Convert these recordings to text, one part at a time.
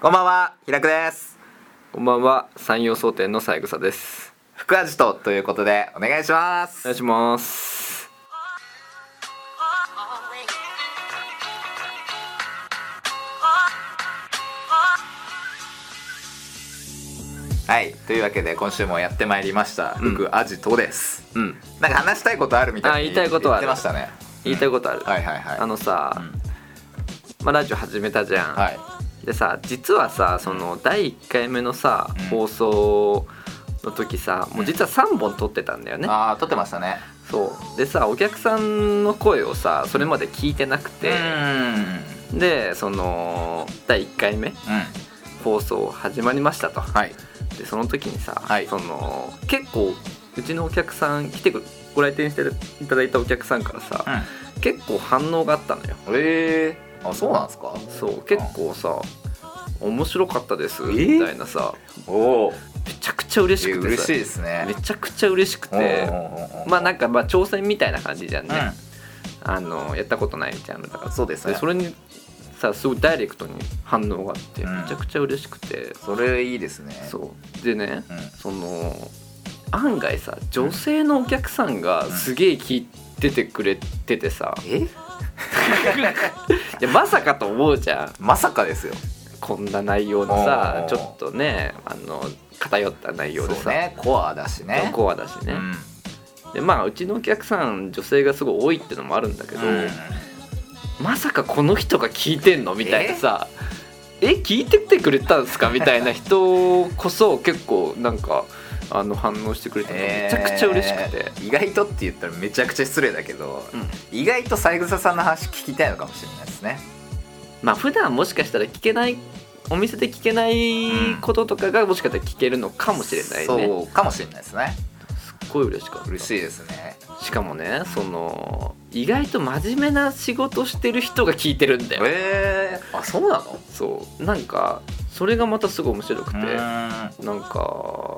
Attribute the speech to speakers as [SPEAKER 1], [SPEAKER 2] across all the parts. [SPEAKER 1] こんばんは、ひらくです。
[SPEAKER 2] こんばんは、山陽総店の三枝です。
[SPEAKER 1] 福味とということでお願いしま
[SPEAKER 2] お願い
[SPEAKER 1] す。
[SPEAKER 2] します。
[SPEAKER 1] はい、というわけで今週もやってまいりました。
[SPEAKER 2] うん
[SPEAKER 1] 福味とです。
[SPEAKER 2] うん、
[SPEAKER 1] なんか話したいことあるみたい
[SPEAKER 2] あ
[SPEAKER 1] に
[SPEAKER 2] 言いたいことはあ
[SPEAKER 1] 言
[SPEAKER 2] る
[SPEAKER 1] ってましたね。
[SPEAKER 2] 言いたいことある。
[SPEAKER 1] はいはいはい。
[SPEAKER 2] あのさ、まあ、ラジオ始めたじゃん。
[SPEAKER 1] はい。
[SPEAKER 2] でさ、実はさ、その第一回目のさ、
[SPEAKER 1] うん
[SPEAKER 2] 放送の時さ、もう実は三本撮ってたんだよね。
[SPEAKER 1] ああ撮ってましたね。
[SPEAKER 2] そう、でさ、お客さんの声をさ、それまで聞いてなく
[SPEAKER 1] う
[SPEAKER 2] て。
[SPEAKER 1] ん。うん。
[SPEAKER 2] で、その第一回目放送始まりましたと。
[SPEAKER 1] はい。
[SPEAKER 2] でその時にさ、
[SPEAKER 1] はい
[SPEAKER 2] その結構うちのお客さん来てくご来店していただいたお客さんからさ、結構反応があったのよ
[SPEAKER 1] うん。ええー。あそうなんですか。
[SPEAKER 2] そう結構さ「面白かったです」
[SPEAKER 1] えー
[SPEAKER 2] みたいなさ、
[SPEAKER 1] おお。
[SPEAKER 2] めちゃくちゃ嬉しくて
[SPEAKER 1] 嬉
[SPEAKER 2] さ
[SPEAKER 1] しいですね。
[SPEAKER 2] めちゃくちゃ嬉しく
[SPEAKER 1] おー
[SPEAKER 2] て
[SPEAKER 1] おーおー
[SPEAKER 2] まあなんかまあ挑戦みたいな感じじゃんね、
[SPEAKER 1] うん
[SPEAKER 2] あのやったことないジャンルだから
[SPEAKER 1] そうですね
[SPEAKER 2] でそれにさすごいダイレクトに反応があって
[SPEAKER 1] うん
[SPEAKER 2] めちゃくちゃ嬉しくて、
[SPEAKER 1] それいいですね。
[SPEAKER 2] そうでね
[SPEAKER 1] うん。
[SPEAKER 2] その案外さ女性のお客さんがすげえ聞いててくれててさ、
[SPEAKER 1] え
[SPEAKER 2] いやまさかと思うじゃん
[SPEAKER 1] まさかですよ。
[SPEAKER 2] こんな内容のさ
[SPEAKER 1] おー
[SPEAKER 2] ちょっとねあの偏った内容で
[SPEAKER 1] そう
[SPEAKER 2] さ、
[SPEAKER 1] ね。コアだしね。
[SPEAKER 2] コアだしね、
[SPEAKER 1] うん。
[SPEAKER 2] でまあうちのお客さん女性がすごい多いってのもあるんだけど、
[SPEAKER 1] うん
[SPEAKER 2] まさかこの人が聞いてんのみたいなさえ聞いててくれたんですかみたいな人こそ結構なんかあの反応してくれてめちゃくちゃ嬉しくて、
[SPEAKER 1] えー意外とって言ったらめちゃくちゃ失礼だけど、
[SPEAKER 2] うん
[SPEAKER 1] 意外と三枝さんの話聞きたいのかもしれないですね
[SPEAKER 2] まあ普段もしかしたら聞けないお店で聞けないこととかがもしかしたら聞けるのかもしれないね、
[SPEAKER 1] そうかもしれないですね
[SPEAKER 2] すっごい嬉しかった
[SPEAKER 1] 嬉しいですね
[SPEAKER 2] しかもねその意外と真面目な仕事してる人が聞いてるんだよ、
[SPEAKER 1] えー、あそうなの
[SPEAKER 2] そうなんかそれがまたすごい面白くて、
[SPEAKER 1] うん
[SPEAKER 2] なんか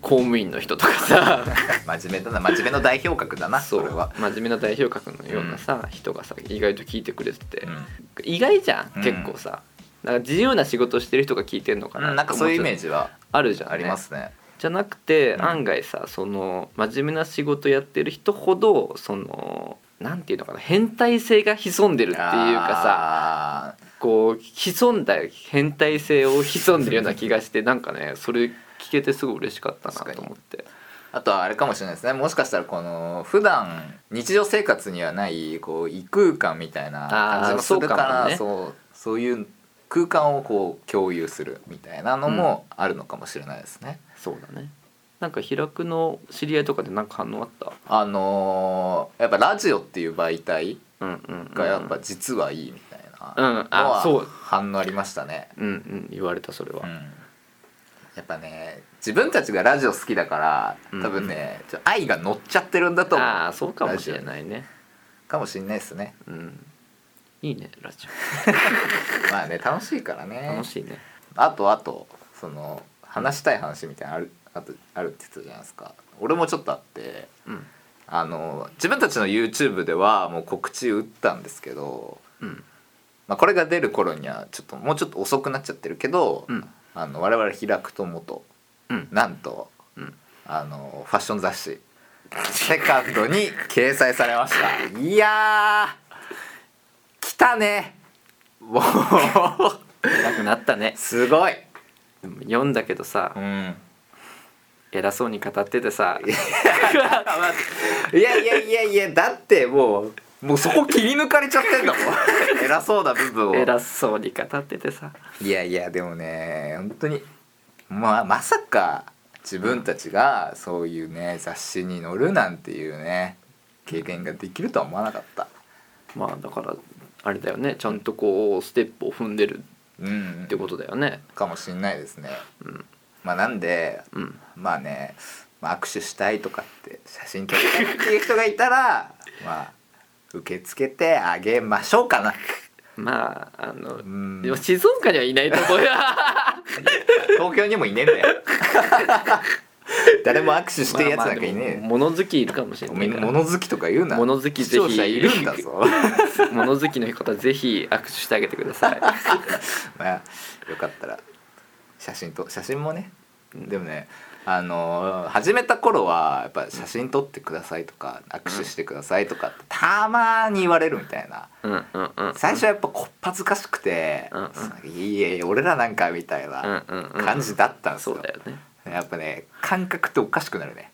[SPEAKER 2] 公務員の人とかさ
[SPEAKER 1] 真面目だな真面目の代表格だな
[SPEAKER 2] そ
[SPEAKER 1] そうれは、
[SPEAKER 2] 真面目な代表格のようなさ、人がさ意外と聞いてくれてて、
[SPEAKER 1] う
[SPEAKER 2] 意外じゃ
[SPEAKER 1] うん
[SPEAKER 2] ん結構さ、なんか自由な仕事してる人が聞いてんのかな、
[SPEAKER 1] ん、なんかそういうイメー
[SPEAKER 2] ジ
[SPEAKER 1] ジは
[SPEAKER 2] あるじゃん、ね、
[SPEAKER 1] ありますね
[SPEAKER 2] じゃなくて、
[SPEAKER 1] うん
[SPEAKER 2] 案外さその真面目な仕事やってる人ほどそのなんていうのかな変態性が潜んでるっていうかさ
[SPEAKER 1] かさ
[SPEAKER 2] こう潜んだ変態性を潜んでるような気がしてなんかねそれ聞けてすごい嬉しかったなと思って
[SPEAKER 1] あとはあれかもしれないですねもしかしたらこの普段日常生活にはないこう異空間みたいな感じもするから
[SPEAKER 2] あー
[SPEAKER 1] そ,、
[SPEAKER 2] そう
[SPEAKER 1] そういう空間をこう共有するみたいなのもあるのかもしれないですね。
[SPEAKER 2] そうだねなんか平くの知り合いとかでなんか反応あった
[SPEAKER 1] あのーやっぱラジオっていう媒体
[SPEAKER 2] うんうん、うん、
[SPEAKER 1] がやっぱ実はいいみたい
[SPEAKER 2] うん
[SPEAKER 1] なの
[SPEAKER 2] あそ
[SPEAKER 1] は
[SPEAKER 2] う
[SPEAKER 1] 反応ありましたね。
[SPEAKER 2] うんうん言われたそれは、
[SPEAKER 1] うんやっぱね自分たちがラジオ好きだから多分ね、ちょ愛が乗っちゃってるんだと思う
[SPEAKER 2] ああそうかもしれないね
[SPEAKER 1] かもしれないですね。
[SPEAKER 2] うんいいねラジ
[SPEAKER 1] まあね楽しいから
[SPEAKER 2] オ
[SPEAKER 1] ね
[SPEAKER 2] 楽しいね
[SPEAKER 1] あとあとその話したい話みたいなのあるあとあるって言ってたじゃないですか俺もちょっとあって
[SPEAKER 2] うん
[SPEAKER 1] あの自分たちの YouTube ではもう告知打ったんですけど、
[SPEAKER 2] うん
[SPEAKER 1] まあ、これが出る頃にはちょっともうちょっと遅くなっちゃってるけど、
[SPEAKER 2] うん
[SPEAKER 1] あの我々開くと元
[SPEAKER 2] うん
[SPEAKER 1] なんと
[SPEAKER 2] うん
[SPEAKER 1] あのファッション雑誌「セカンドに掲載されましたいやー来たねもう
[SPEAKER 2] 偉くなったね
[SPEAKER 1] すごい、
[SPEAKER 2] でも読んだけどさ
[SPEAKER 1] うん
[SPEAKER 2] 偉そうに語っててさ
[SPEAKER 1] いやいやいやいやだってもうもうそこ切り抜かれちゃってんだもん 偉そうな部分を
[SPEAKER 2] 偉そうに語っててさ
[SPEAKER 1] いやいやでもね本当にまあまさか自分たちがそういうね雑誌に載るなんていうね経験ができるとは思わなかった
[SPEAKER 2] まあだからあれだよねちゃんとこうステップを踏んでる
[SPEAKER 1] うん
[SPEAKER 2] ってことだよね
[SPEAKER 1] かもしんないですね
[SPEAKER 2] うん
[SPEAKER 1] まあなんで
[SPEAKER 2] うん
[SPEAKER 1] まあね、まあ、握手したいとかって写真撮りたいっていう人がいたらまあ受け付けてあげましょうかな
[SPEAKER 2] まああの
[SPEAKER 1] ん
[SPEAKER 2] でも静岡にはいないと思うよ
[SPEAKER 1] 東京にもいねえんだ よ誰も握手してるやつなんかいねえよ
[SPEAKER 2] まあまあでも物好きいるかもしれな
[SPEAKER 1] み
[SPEAKER 2] い
[SPEAKER 1] ん
[SPEAKER 2] か
[SPEAKER 1] な
[SPEAKER 2] ら
[SPEAKER 1] 物好きとか言うな
[SPEAKER 2] 物好き
[SPEAKER 1] 視
[SPEAKER 2] ぜひ
[SPEAKER 1] 聴 者いるんだぞ
[SPEAKER 2] 物好きの方ぜひ握手してあげてください
[SPEAKER 1] まあよかったら写真と写真もねでもねあのー始めた頃はやっぱ写真撮ってくださいとか握手してくださいとかってたまーに言われるみたいな
[SPEAKER 2] うんうんうん
[SPEAKER 1] 最初はやっぱこっぱずかしくて
[SPEAKER 2] うんうん
[SPEAKER 1] 「いえいえ俺らなんか」みたいな
[SPEAKER 2] うんうんうん
[SPEAKER 1] 感じだったんです
[SPEAKER 2] そ
[SPEAKER 1] よ
[SPEAKER 2] うだよね
[SPEAKER 1] やっぱね感覚っておかしくなるね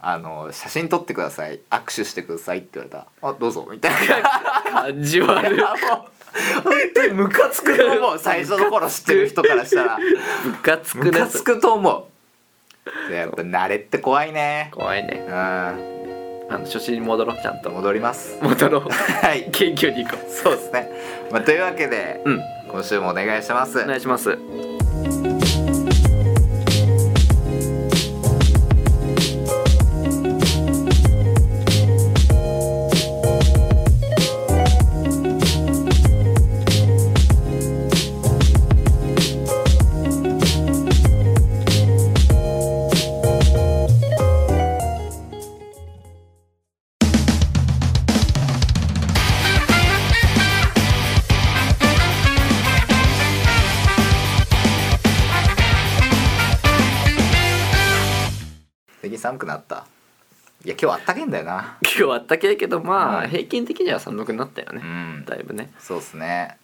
[SPEAKER 1] あの写真撮ってください握手してくださいって言われたらあどうぞみたいな
[SPEAKER 2] 感じ悪
[SPEAKER 1] い
[SPEAKER 2] い
[SPEAKER 1] やもう本当にムカつくと思う最初の頃知ってる人からしたら
[SPEAKER 2] ムカつく
[SPEAKER 1] ム
[SPEAKER 2] ね
[SPEAKER 1] カつくと思うでやっぱ慣れって怖いね
[SPEAKER 2] 怖いね
[SPEAKER 1] うん
[SPEAKER 2] あの初心に戻ろうちゃんと
[SPEAKER 1] 戻ります
[SPEAKER 2] 戻ろう
[SPEAKER 1] はい
[SPEAKER 2] 謙虚に行こう
[SPEAKER 1] そうですね、まあ、というわけで
[SPEAKER 2] うん
[SPEAKER 1] 今週もお願いします
[SPEAKER 2] お願いします
[SPEAKER 1] 最近寒くなったいや今日あったけえんだよな
[SPEAKER 2] 今日あったけえけどま
[SPEAKER 1] う
[SPEAKER 2] あ
[SPEAKER 1] ん
[SPEAKER 2] 平均的には寒くなったよ
[SPEAKER 1] う
[SPEAKER 2] ね
[SPEAKER 1] ん
[SPEAKER 2] だいぶね
[SPEAKER 1] そうですね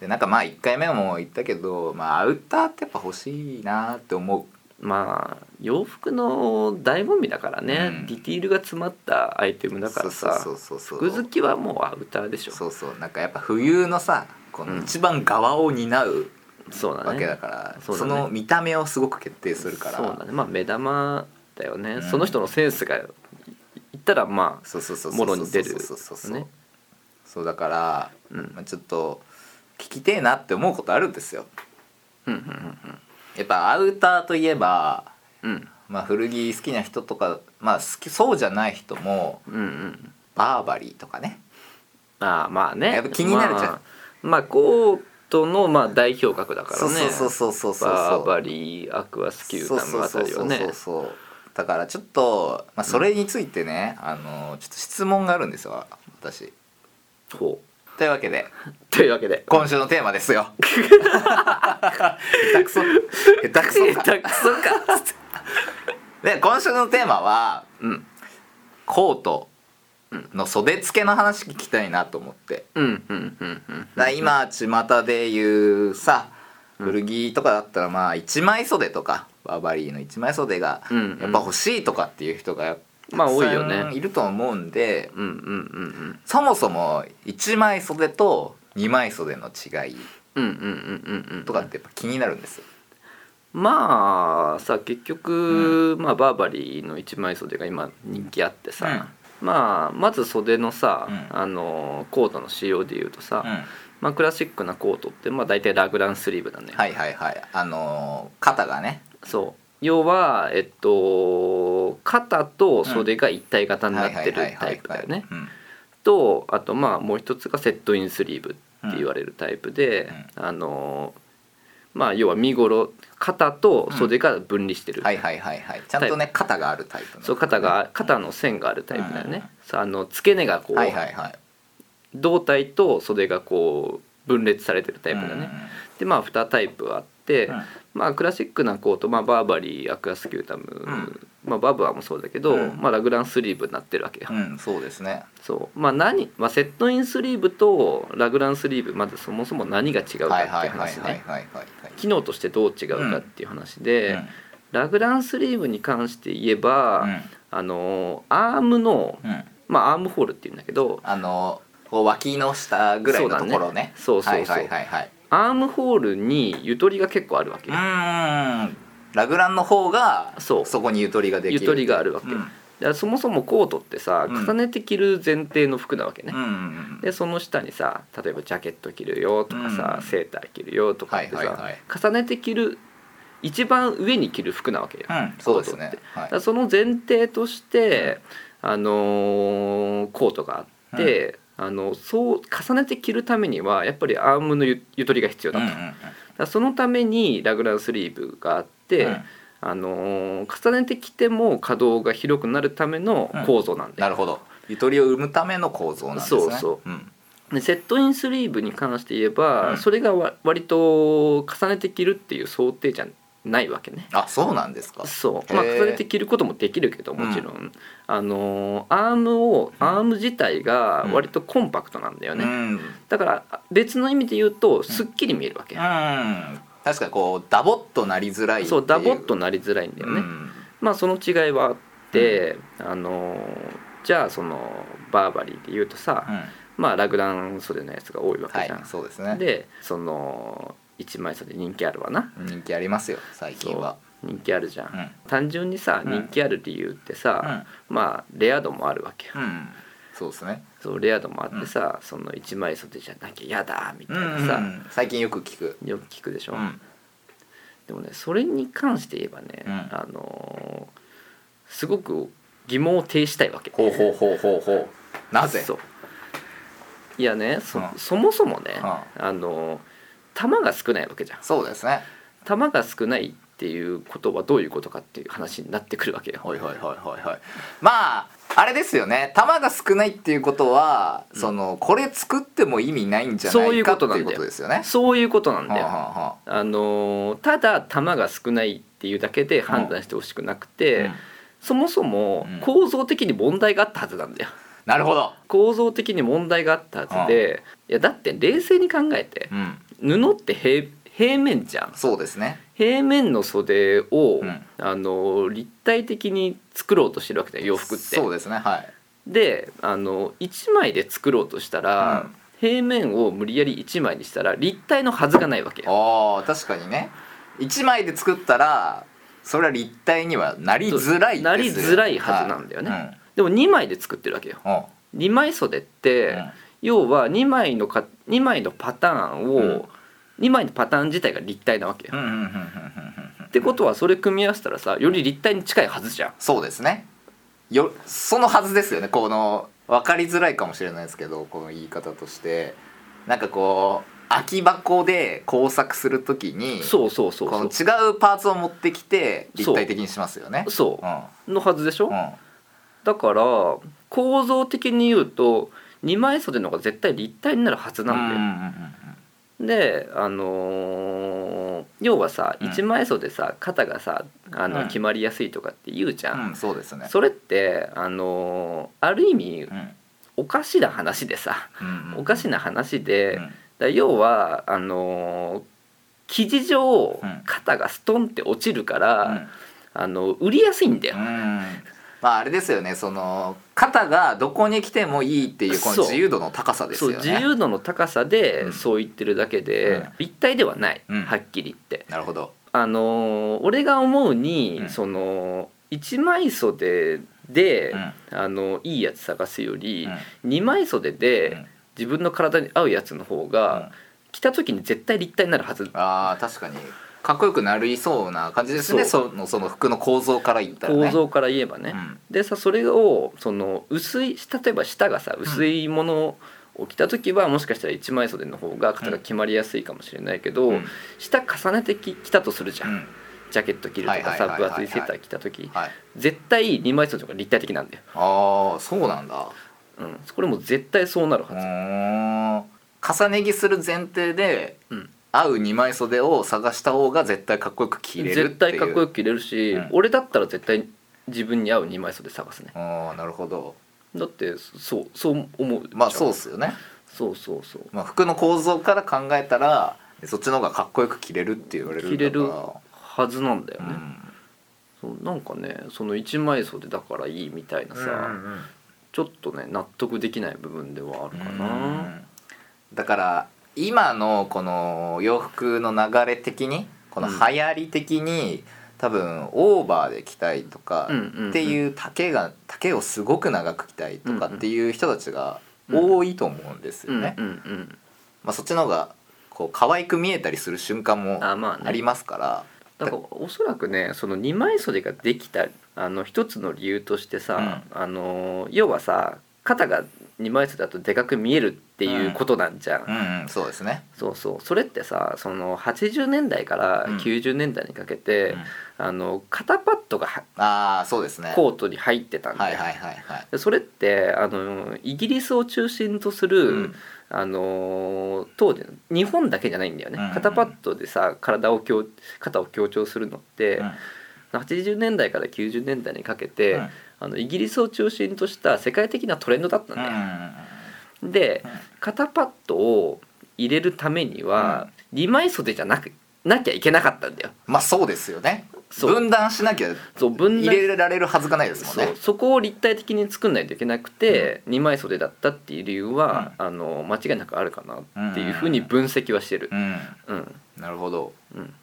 [SPEAKER 1] でなんかまあ1回目も言ったけど、まあ、アウターってやっぱ欲しいなって思
[SPEAKER 2] まあ洋服の醍醐味だからね、
[SPEAKER 1] うん
[SPEAKER 2] ディティールが詰まったアイテム
[SPEAKER 1] う
[SPEAKER 2] だからさ
[SPEAKER 1] そうそうそうそう
[SPEAKER 2] 服好きはもうアウターでしょ
[SPEAKER 1] そうそうなんかやっぱ冬のさこ
[SPEAKER 2] う
[SPEAKER 1] の
[SPEAKER 2] ん
[SPEAKER 1] 一番側を担う
[SPEAKER 2] そうだ
[SPEAKER 1] わ
[SPEAKER 2] ね
[SPEAKER 1] けだから、そ
[SPEAKER 2] そうだね
[SPEAKER 1] の見た目をすごく決定するから
[SPEAKER 2] そうだねまあ目玉だよね、
[SPEAKER 1] うん
[SPEAKER 2] その人のセンスがいいったらまあ
[SPEAKER 1] そうそうそうそう
[SPEAKER 2] もろに出る
[SPEAKER 1] そうそうそうそう、
[SPEAKER 2] ね
[SPEAKER 1] そうだから、
[SPEAKER 2] うん
[SPEAKER 1] まあ、ちょっと聞きてえなって思うことあるんですよ
[SPEAKER 2] うんうん
[SPEAKER 1] やっぱアウターといえば、
[SPEAKER 2] うんうん
[SPEAKER 1] まあ、古着好きな人とか、まあ、好きそうじゃない人も
[SPEAKER 2] うんうん
[SPEAKER 1] バーバリーとかね
[SPEAKER 2] ああまあね
[SPEAKER 1] やっぱ気になるじゃん
[SPEAKER 2] まあ、まあコートのまあ代表格だから
[SPEAKER 1] そう
[SPEAKER 2] ね
[SPEAKER 1] そうそうそうそうそう
[SPEAKER 2] バーバリーアクアスキュータムあたりは
[SPEAKER 1] そう
[SPEAKER 2] ね
[SPEAKER 1] そうそうそうだからちょっと、まあ、それについてね、あのちょっと質問があるんですよ私
[SPEAKER 2] ほう
[SPEAKER 1] というわけで
[SPEAKER 2] というわけで
[SPEAKER 1] 今週のテーマですよ下手くそ下手くそか
[SPEAKER 2] 下手くそか
[SPEAKER 1] で今週のテーマは
[SPEAKER 2] うん
[SPEAKER 1] コートの袖付けの話聞きたいなと思って
[SPEAKER 2] うんうんうんうん
[SPEAKER 1] だ今巷で言うさ古着とかだったらまあ一枚袖とかバーバリーの一枚袖が
[SPEAKER 2] うんうん
[SPEAKER 1] やっぱ欲しいとかっていう人が
[SPEAKER 2] まあ
[SPEAKER 1] たくさん
[SPEAKER 2] 多いよね
[SPEAKER 1] いると思うんで
[SPEAKER 2] うんうんうん
[SPEAKER 1] そもそも一枚袖と二枚袖の違い
[SPEAKER 2] うんうんうんうんうんうん
[SPEAKER 1] とかってやっぱ気になるんですよ。
[SPEAKER 2] まあさ結局、まあ、バーバリーの一枚袖が今人気あってさ、まあ、まず袖のさ、
[SPEAKER 1] うん
[SPEAKER 2] あのコートの仕様でいうとさ、
[SPEAKER 1] うん
[SPEAKER 2] まあ、クラシックなコートって、まあ、大体ラグランスリーブだね、
[SPEAKER 1] はいはいはいあのー肩がね
[SPEAKER 2] そう要は、えっと、肩と袖が一体型になってるタイプだよね。
[SPEAKER 1] うん
[SPEAKER 2] とあとまあもう一つがセットインスリーブって言われるタイプで、あのまあ要は身頃肩と袖が分離してる、
[SPEAKER 1] はいはいはいはいちゃんとね肩があるタイプの
[SPEAKER 2] そう肩が肩の線があるタイプだよ
[SPEAKER 1] うん
[SPEAKER 2] ね、さあの付け根がこう、
[SPEAKER 1] はいはいはい
[SPEAKER 2] 胴体と袖がこう分裂されてるタイプだね、でまあ2タイプあって、
[SPEAKER 1] うん
[SPEAKER 2] まあクラシックなコート、まあ、バーバリーアクアスキュータム、
[SPEAKER 1] ん
[SPEAKER 2] まあ、バブアもそうだけど、
[SPEAKER 1] うん
[SPEAKER 2] まあ、ラグランスリーブになってるわけよ、
[SPEAKER 1] うん、うんそうですね
[SPEAKER 2] そうまあ何、まあ、セットインスリーブとラグランスリーブまずそもそも何が違うか
[SPEAKER 1] は
[SPEAKER 2] っ
[SPEAKER 1] いは
[SPEAKER 2] て
[SPEAKER 1] いはい
[SPEAKER 2] 話
[SPEAKER 1] はいはい
[SPEAKER 2] ね
[SPEAKER 1] はいはい
[SPEAKER 2] 機能としてどう違うかっていう話で、
[SPEAKER 1] うん
[SPEAKER 2] ラグランスリーブに関して言えば、あのアームの
[SPEAKER 1] うんうん
[SPEAKER 2] まあ、アームホールって言うんだけど
[SPEAKER 1] あのこう脇の下ぐらいのところね
[SPEAKER 2] そうだねそうそうそう
[SPEAKER 1] はいはいはい
[SPEAKER 2] アームホールにゆとりが結構あるわけよ
[SPEAKER 1] はいうんラグランの方が
[SPEAKER 2] そ
[SPEAKER 1] そうこにゆとりができ
[SPEAKER 2] ゆ
[SPEAKER 1] る
[SPEAKER 2] とりがあるわけ、
[SPEAKER 1] うん
[SPEAKER 2] でそもそもコートってさ
[SPEAKER 1] うん
[SPEAKER 2] 重ねて着る前提の服なわけね、
[SPEAKER 1] うんうん
[SPEAKER 2] でその下にさ例えばジャケット着るよとかさ、
[SPEAKER 1] うん
[SPEAKER 2] セーター着るよとかってさ、
[SPEAKER 1] はいはいはい
[SPEAKER 2] 重ねて着る一番上に着る服なわけよ、
[SPEAKER 1] う
[SPEAKER 2] だか
[SPEAKER 1] んそうですねはい
[SPEAKER 2] らその前提として、あのーコートがあって、あのそう重ねて着るためにはやっぱりアームのゆゆとりが必要だ
[SPEAKER 1] う
[SPEAKER 2] と、
[SPEAKER 1] んう
[SPEAKER 2] だか
[SPEAKER 1] ん
[SPEAKER 2] らそのためにラグランスリーブがあって、
[SPEAKER 1] うん
[SPEAKER 2] あのー重ねてきても可動が広くなるための構造なんで、
[SPEAKER 1] なるほどゆとりを生むための構造なんですね
[SPEAKER 2] そうそう
[SPEAKER 1] うん
[SPEAKER 2] でセットインスリーブに関して言えば、
[SPEAKER 1] うん
[SPEAKER 2] それがわ割と重ねて着るっていう想定じゃないわけね。
[SPEAKER 1] あそうなんですか
[SPEAKER 2] そうまあ
[SPEAKER 1] へー
[SPEAKER 2] 重ねて着ることもできるけどもちろん、あのーアームを
[SPEAKER 1] うん
[SPEAKER 2] アーム自体が割とコンパクトなんだよね、
[SPEAKER 1] うん、うん、
[SPEAKER 2] だからあ別の意味で言うとすっきり見えるわけ、
[SPEAKER 1] 確かにこうダボっとなりづらいってい
[SPEAKER 2] そうダボっと
[SPEAKER 1] な
[SPEAKER 2] なりづらいんだよね、
[SPEAKER 1] うん
[SPEAKER 2] まあその違いはあって、あのーじゃあそのバーバリーで言うとさ、まあラグダン袖のやつが多いわけ
[SPEAKER 1] は
[SPEAKER 2] じゃん、
[SPEAKER 1] いそうですね
[SPEAKER 2] でその一枚袖人気あるわな
[SPEAKER 1] 人気ありますよ最近は
[SPEAKER 2] 人気あるじゃん、
[SPEAKER 1] うん
[SPEAKER 2] 単純にさ
[SPEAKER 1] うん
[SPEAKER 2] 人気ある理由ってさ、まあレア度もあるわけよ、
[SPEAKER 1] うん、うん、そうですね
[SPEAKER 2] そうレア度もあってさ、その一枚袖じゃなきゃ嫌だみたいなさ、
[SPEAKER 1] うん最近よく聞く
[SPEAKER 2] よく聞くでしょ、
[SPEAKER 1] うん
[SPEAKER 2] でもねそれに関して言えばね、
[SPEAKER 1] うん
[SPEAKER 2] あのーすごく疑問を呈したいわけ
[SPEAKER 1] ほうほうほうほうほうなぜ
[SPEAKER 2] そういやねそ,、
[SPEAKER 1] うん
[SPEAKER 2] そもそもね、
[SPEAKER 1] うん
[SPEAKER 2] あのー弾が少ないわけじゃん
[SPEAKER 1] そうですね
[SPEAKER 2] 弾が少ないっていうことはどういうことかっていう話になってくるわけよ
[SPEAKER 1] はいはいはいはいはいまああれですよね弾が少ないっていうことは、
[SPEAKER 2] うん
[SPEAKER 1] そのこれ作っても意味ないんじゃないかっていうことですよね
[SPEAKER 2] そういうことなんだよ、
[SPEAKER 1] はあはあは
[SPEAKER 2] あのーただ弾が少ないっていうだけで判断してほしくなくて、
[SPEAKER 1] うん
[SPEAKER 2] そもそも
[SPEAKER 1] うん
[SPEAKER 2] 構造的に問題があったはずなんだよ
[SPEAKER 1] あなるほど、
[SPEAKER 2] 構造的に問題があったはずで、いやだって冷静に考えて
[SPEAKER 1] うん、
[SPEAKER 2] 布って平平面じゃん
[SPEAKER 1] そうですね
[SPEAKER 2] 平面の袖を、
[SPEAKER 1] うん
[SPEAKER 2] あのー立体的に作ろうとしてるわけだよ洋服って
[SPEAKER 1] そうですねはい
[SPEAKER 2] であの1枚で作ろうとした
[SPEAKER 1] う
[SPEAKER 2] ら、
[SPEAKER 1] ん
[SPEAKER 2] 平面を無理やり1枚にしたら立体のはずがないわけよ
[SPEAKER 1] あー確かにね1枚で作ったらそれは立体にはなりづらいですよ
[SPEAKER 2] なりづらいはずなんだよね
[SPEAKER 1] はい
[SPEAKER 2] でも2枚で作ってるわけよ
[SPEAKER 1] うんお
[SPEAKER 2] 2枚袖って、
[SPEAKER 1] うん
[SPEAKER 2] 要は2枚のか2枚のパターンを、
[SPEAKER 1] うん
[SPEAKER 2] 2枚のパターン自体が立体なわけよ、
[SPEAKER 1] うんうんうんうんうんうん
[SPEAKER 2] ってことはそれ組み合わせたらさより立体に近いはずじゃん
[SPEAKER 1] そうですねよそのはずですよねこの分かりづらいかもしれないですけどこの言い方としてなんかこう空き箱で工作するときに
[SPEAKER 2] そうそうそう
[SPEAKER 1] この
[SPEAKER 2] そ
[SPEAKER 1] 違うパーツを持ってきて立体的にしますよね
[SPEAKER 2] うそううのはずでしょ、
[SPEAKER 1] んうん
[SPEAKER 2] だから構造的に言うと2枚袖の方が絶対立体になるはずなんだよ、であのー要はさ
[SPEAKER 1] うん
[SPEAKER 2] 一枚袖さ肩がさあの、
[SPEAKER 1] うん
[SPEAKER 2] 決まりやすいとかって言うじゃ
[SPEAKER 1] うん
[SPEAKER 2] ん、
[SPEAKER 1] うんそうですね
[SPEAKER 2] それってあのーある意味
[SPEAKER 1] うん
[SPEAKER 2] おかしな話でさ、
[SPEAKER 1] うんうん
[SPEAKER 2] おかしな話
[SPEAKER 1] う
[SPEAKER 2] で、だか
[SPEAKER 1] ん
[SPEAKER 2] ら要はあのー生地上
[SPEAKER 1] うん
[SPEAKER 2] 肩がストンって落ちるから、
[SPEAKER 1] うん
[SPEAKER 2] あの売りやすいんだ
[SPEAKER 1] う
[SPEAKER 2] よ、
[SPEAKER 1] んまああれですよねその肩がどこに来てもいいっていうこの
[SPEAKER 2] そう
[SPEAKER 1] 自由度の高さです
[SPEAKER 2] そ
[SPEAKER 1] よ
[SPEAKER 2] う
[SPEAKER 1] ね
[SPEAKER 2] 自由度の高さで
[SPEAKER 1] うん
[SPEAKER 2] そう言ってるだけで、
[SPEAKER 1] うん
[SPEAKER 2] 立体ではない、
[SPEAKER 1] うん
[SPEAKER 2] はっきり言って。
[SPEAKER 1] なるほど
[SPEAKER 2] あのー俺が思うに、
[SPEAKER 1] うん
[SPEAKER 2] その1枚袖で、
[SPEAKER 1] うん
[SPEAKER 2] あのいいやつ探すより、
[SPEAKER 1] うん
[SPEAKER 2] 2枚袖で、
[SPEAKER 1] うん
[SPEAKER 2] 自分の体に合うやつの方が、着た時に絶対立体になるはず
[SPEAKER 1] あー確かにかっこよくなりそうな感じですねそのその服の構造から言ったらね
[SPEAKER 2] 構造から言えばね。
[SPEAKER 1] うん
[SPEAKER 2] でさそれをその薄い例えば下がさ薄いものを着た時はもしかしたら1枚袖の方が肩が決まりやすいかもしれないけど、
[SPEAKER 1] うん
[SPEAKER 2] 下重ねてき着たとするじゃん、
[SPEAKER 1] うん
[SPEAKER 2] ジャケット着るとかさ
[SPEAKER 1] はいはいはいはい
[SPEAKER 2] 分厚いセーター着た時、
[SPEAKER 1] はい
[SPEAKER 2] 絶対2枚袖の方が立体的なんだよ、
[SPEAKER 1] ああそうなんだ
[SPEAKER 2] うん、これもう絶対そうなる
[SPEAKER 1] う
[SPEAKER 2] はず、
[SPEAKER 1] ーん重ね着する前提で
[SPEAKER 2] うん
[SPEAKER 1] 合う二枚袖を探した方が絶対かっこよく着れるっていう
[SPEAKER 2] 絶対かっこよく着れるし、
[SPEAKER 1] うん
[SPEAKER 2] 俺だったら絶対自分に合う2枚袖探すね
[SPEAKER 1] あーなるほど
[SPEAKER 2] だってそうそう思う
[SPEAKER 1] まあそうっ
[SPEAKER 2] す
[SPEAKER 1] すよね
[SPEAKER 2] そうそうそう
[SPEAKER 1] まあ、服の構造から考えたらそっちの方がかっこよく着れるって言われる
[SPEAKER 2] 着
[SPEAKER 1] んだ
[SPEAKER 2] れ
[SPEAKER 1] か
[SPEAKER 2] る
[SPEAKER 1] ら
[SPEAKER 2] はずなんだよ
[SPEAKER 1] う
[SPEAKER 2] ね、
[SPEAKER 1] ん
[SPEAKER 2] そうなんかねその一枚袖だからいいみたいなさ、ちょっとね納得できない部分ではあるか
[SPEAKER 1] う
[SPEAKER 2] な、
[SPEAKER 1] んだから今のこの洋服の流れ的にこの流行り的に、多分オーバーで着たいとか
[SPEAKER 2] うんうんうん
[SPEAKER 1] っていう丈が丈をすごく長く着たいとかっていう人たちが多いと思うんですよ
[SPEAKER 2] う
[SPEAKER 1] ね。
[SPEAKER 2] んうんうん、
[SPEAKER 1] まあ、そっちの方がこう可愛く見えたりする瞬間も
[SPEAKER 2] あまあね
[SPEAKER 1] ありますから。
[SPEAKER 2] だからおそらくねその2枚袖ができたあの一つの理由としてさ、あの要はさ肩が2枚袖だとでかく見えるっていうことなんじゃん、
[SPEAKER 1] うんうんそうですね
[SPEAKER 2] そうそうそれってさその80年代から
[SPEAKER 1] うん
[SPEAKER 2] 90年代にかけて、
[SPEAKER 1] うん
[SPEAKER 2] あの肩パッドがは
[SPEAKER 1] ああそうですね
[SPEAKER 2] コートに入ってたんだ
[SPEAKER 1] はい
[SPEAKER 2] よ、
[SPEAKER 1] はいはいはい
[SPEAKER 2] でそれってあのイギリスを中心とす
[SPEAKER 1] う
[SPEAKER 2] る、
[SPEAKER 1] ん
[SPEAKER 2] あの当時の日本だけじゃないんだよね、
[SPEAKER 1] うんうん
[SPEAKER 2] 肩パッドでさ体を強肩を強調するのって、80年代から90年代にかけて、
[SPEAKER 1] うん
[SPEAKER 2] あのイギリスを中心とした世界的なトレンドだったん
[SPEAKER 1] うん
[SPEAKER 2] だ
[SPEAKER 1] う
[SPEAKER 2] よ、
[SPEAKER 1] ん
[SPEAKER 2] で
[SPEAKER 1] うん
[SPEAKER 2] 肩パッドを入れるためには、2枚袖じゃなくなきゃいけなかったんだよ
[SPEAKER 1] まあそうですよね
[SPEAKER 2] そう
[SPEAKER 1] 分断しなきゃ
[SPEAKER 2] そう分
[SPEAKER 1] 入
[SPEAKER 2] 断
[SPEAKER 1] れられるはずがないですもん
[SPEAKER 2] そ
[SPEAKER 1] ね
[SPEAKER 2] うそこを立体的に作んないといけなくて、2枚袖だったっていう理由は、あの間違いなくあるかなっていうふうに分析はしてる
[SPEAKER 1] うん
[SPEAKER 2] うん
[SPEAKER 1] なるほど
[SPEAKER 2] うん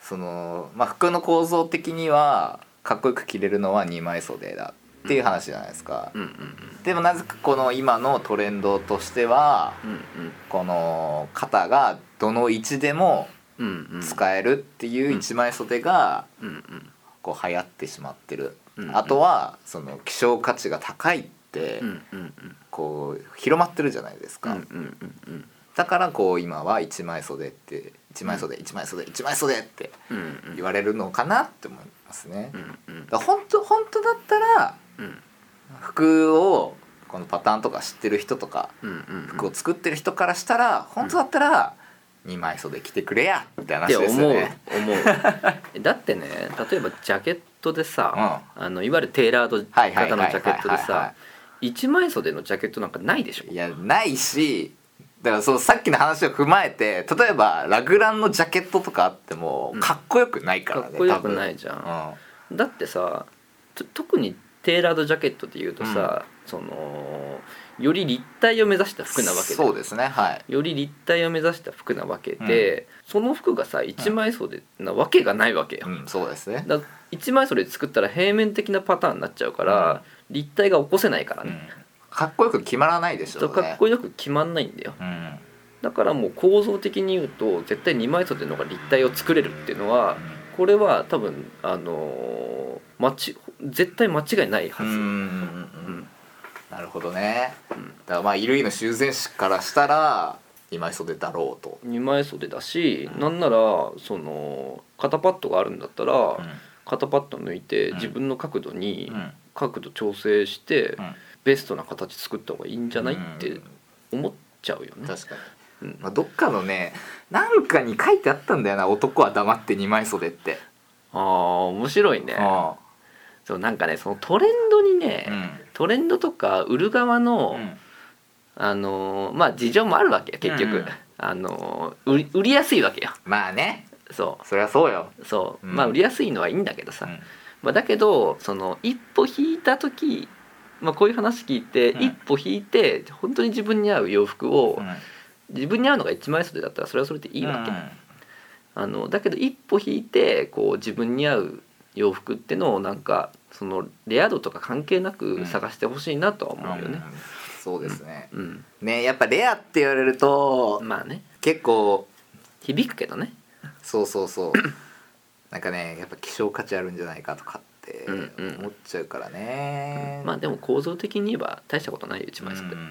[SPEAKER 1] そのまあ服の構造的にはかっこよく着れるのは二枚袖だっていう話じゃないですか
[SPEAKER 2] うんうん
[SPEAKER 1] でもなぜかこの今のトレンドとしては
[SPEAKER 2] うん
[SPEAKER 1] この肩がどの位置でも
[SPEAKER 2] うんうんうん
[SPEAKER 1] 使えるっていう一枚袖が
[SPEAKER 2] うんうん
[SPEAKER 1] こう流行ってしまってる、
[SPEAKER 2] うん
[SPEAKER 1] あとはその希少価値が高いって
[SPEAKER 2] うんうんうん
[SPEAKER 1] こう広まってるじゃないです
[SPEAKER 2] うん
[SPEAKER 1] か、
[SPEAKER 2] うんうん
[SPEAKER 1] だからこう今は一枚袖って一枚袖一枚袖一枚袖って
[SPEAKER 2] うんうんうん
[SPEAKER 1] 言われるのかなって思いますね
[SPEAKER 2] う。んうん
[SPEAKER 1] だから本当本当だったら
[SPEAKER 2] うん
[SPEAKER 1] 服をこのパターンとか知ってる人とか
[SPEAKER 2] うんうんうん
[SPEAKER 1] 服を作ってる人からしたら本当だったら2枚袖着てくれやって
[SPEAKER 2] っ
[SPEAKER 1] 話
[SPEAKER 2] て
[SPEAKER 1] です
[SPEAKER 2] 思
[SPEAKER 1] よ
[SPEAKER 2] う
[SPEAKER 1] ね。
[SPEAKER 2] 思うだってね例えばジャケットでさ、あのいわゆるテーラード
[SPEAKER 1] はいはい
[SPEAKER 2] 型の
[SPEAKER 1] はい
[SPEAKER 2] ジャケットで
[SPEAKER 1] はいはいは
[SPEAKER 2] さ一枚袖のジャケットなんかないでしょ
[SPEAKER 1] いやないしだからそのさっきの話を踏まえて例えばラグランのジャケットとかあっても
[SPEAKER 2] うん
[SPEAKER 1] かっこよくないから
[SPEAKER 2] か
[SPEAKER 1] ね、
[SPEAKER 2] っこよくないじゃ
[SPEAKER 1] 多
[SPEAKER 2] ん、
[SPEAKER 1] 分
[SPEAKER 2] だってさと特にテーラードジャケットでいうとさ、そのより立体を目指した服なわけで
[SPEAKER 1] そうですねはい
[SPEAKER 2] より立体を目指した服なわけで、その服がさ一枚袖なわけがないわけよ、
[SPEAKER 1] うんそうですね
[SPEAKER 2] だ一枚袖で作ったら平面的なパターンになっちゃうから、立体が起こせないから
[SPEAKER 1] う
[SPEAKER 2] ね、
[SPEAKER 1] んかっこよく決まらないでしょう
[SPEAKER 2] と
[SPEAKER 1] ね
[SPEAKER 2] かっこよく決まんないんだよ
[SPEAKER 1] うん
[SPEAKER 2] だからもう構造的に言うと絶対2枚袖の方が立体を作れるっていうのはこれは多分あのー、間ち絶対間違いないは
[SPEAKER 1] うん
[SPEAKER 2] ず、
[SPEAKER 1] うんうんう
[SPEAKER 2] うんん
[SPEAKER 1] なるほどね、
[SPEAKER 2] ん
[SPEAKER 1] だからまあ衣類の修繕師からしたら今井袖だろうと、
[SPEAKER 2] 2枚袖だし、
[SPEAKER 1] うん
[SPEAKER 2] なんならその肩パッドがあるんだったら、肩パッド抜いて
[SPEAKER 1] うん
[SPEAKER 2] 自分の角度に
[SPEAKER 1] うん
[SPEAKER 2] 角度調整して、
[SPEAKER 1] うん
[SPEAKER 2] ベストな形作った方がいいんじゃない、って思っちゃうよ
[SPEAKER 1] うん
[SPEAKER 2] ね。
[SPEAKER 1] 確かに、
[SPEAKER 2] うん
[SPEAKER 1] まあ、どっかのねなんかに書いてあったんだよな男は黙って二枚袖って、
[SPEAKER 2] あー面白いね。
[SPEAKER 1] あ
[SPEAKER 2] そうなんかねそのトレンドにね、
[SPEAKER 1] あうん
[SPEAKER 2] トレンドとか売る側
[SPEAKER 1] う
[SPEAKER 2] の、
[SPEAKER 1] ん
[SPEAKER 2] あのーまあ事情もあるわけよ結局、
[SPEAKER 1] うん
[SPEAKER 2] あのー売り売りやすいわけよ
[SPEAKER 1] まあね
[SPEAKER 2] そ
[SPEAKER 1] そりゃそうよ、
[SPEAKER 2] うそう、
[SPEAKER 1] うん
[SPEAKER 2] まあ売りやすいのはいいんだけどさ、
[SPEAKER 1] うん
[SPEAKER 2] まあ、だけどその一歩引いた時、まあ、こういう話聞いて、
[SPEAKER 1] うん
[SPEAKER 2] 一歩引いて本当に自分に合う洋服を、自分に合うのが一枚袖だったらそれはそれでいいわけ、あのだけど一歩引いてこう自分に合う洋服ってのをなんかそのレア度とか関係な
[SPEAKER 1] うん
[SPEAKER 2] く探してほしいなとは思うよね、
[SPEAKER 1] んそうですね、
[SPEAKER 2] うん
[SPEAKER 1] ねやっぱレアって言われると
[SPEAKER 2] まあね
[SPEAKER 1] 結構
[SPEAKER 2] 響くけどね
[SPEAKER 1] そうそう そうなんかねやっぱ希少価値あるんじゃないかとかって
[SPEAKER 2] うんうん
[SPEAKER 1] 思っちゃうからね、
[SPEAKER 2] まあでも構造的に言えば大したことないよ一枚袖、
[SPEAKER 1] うん
[SPEAKER 2] は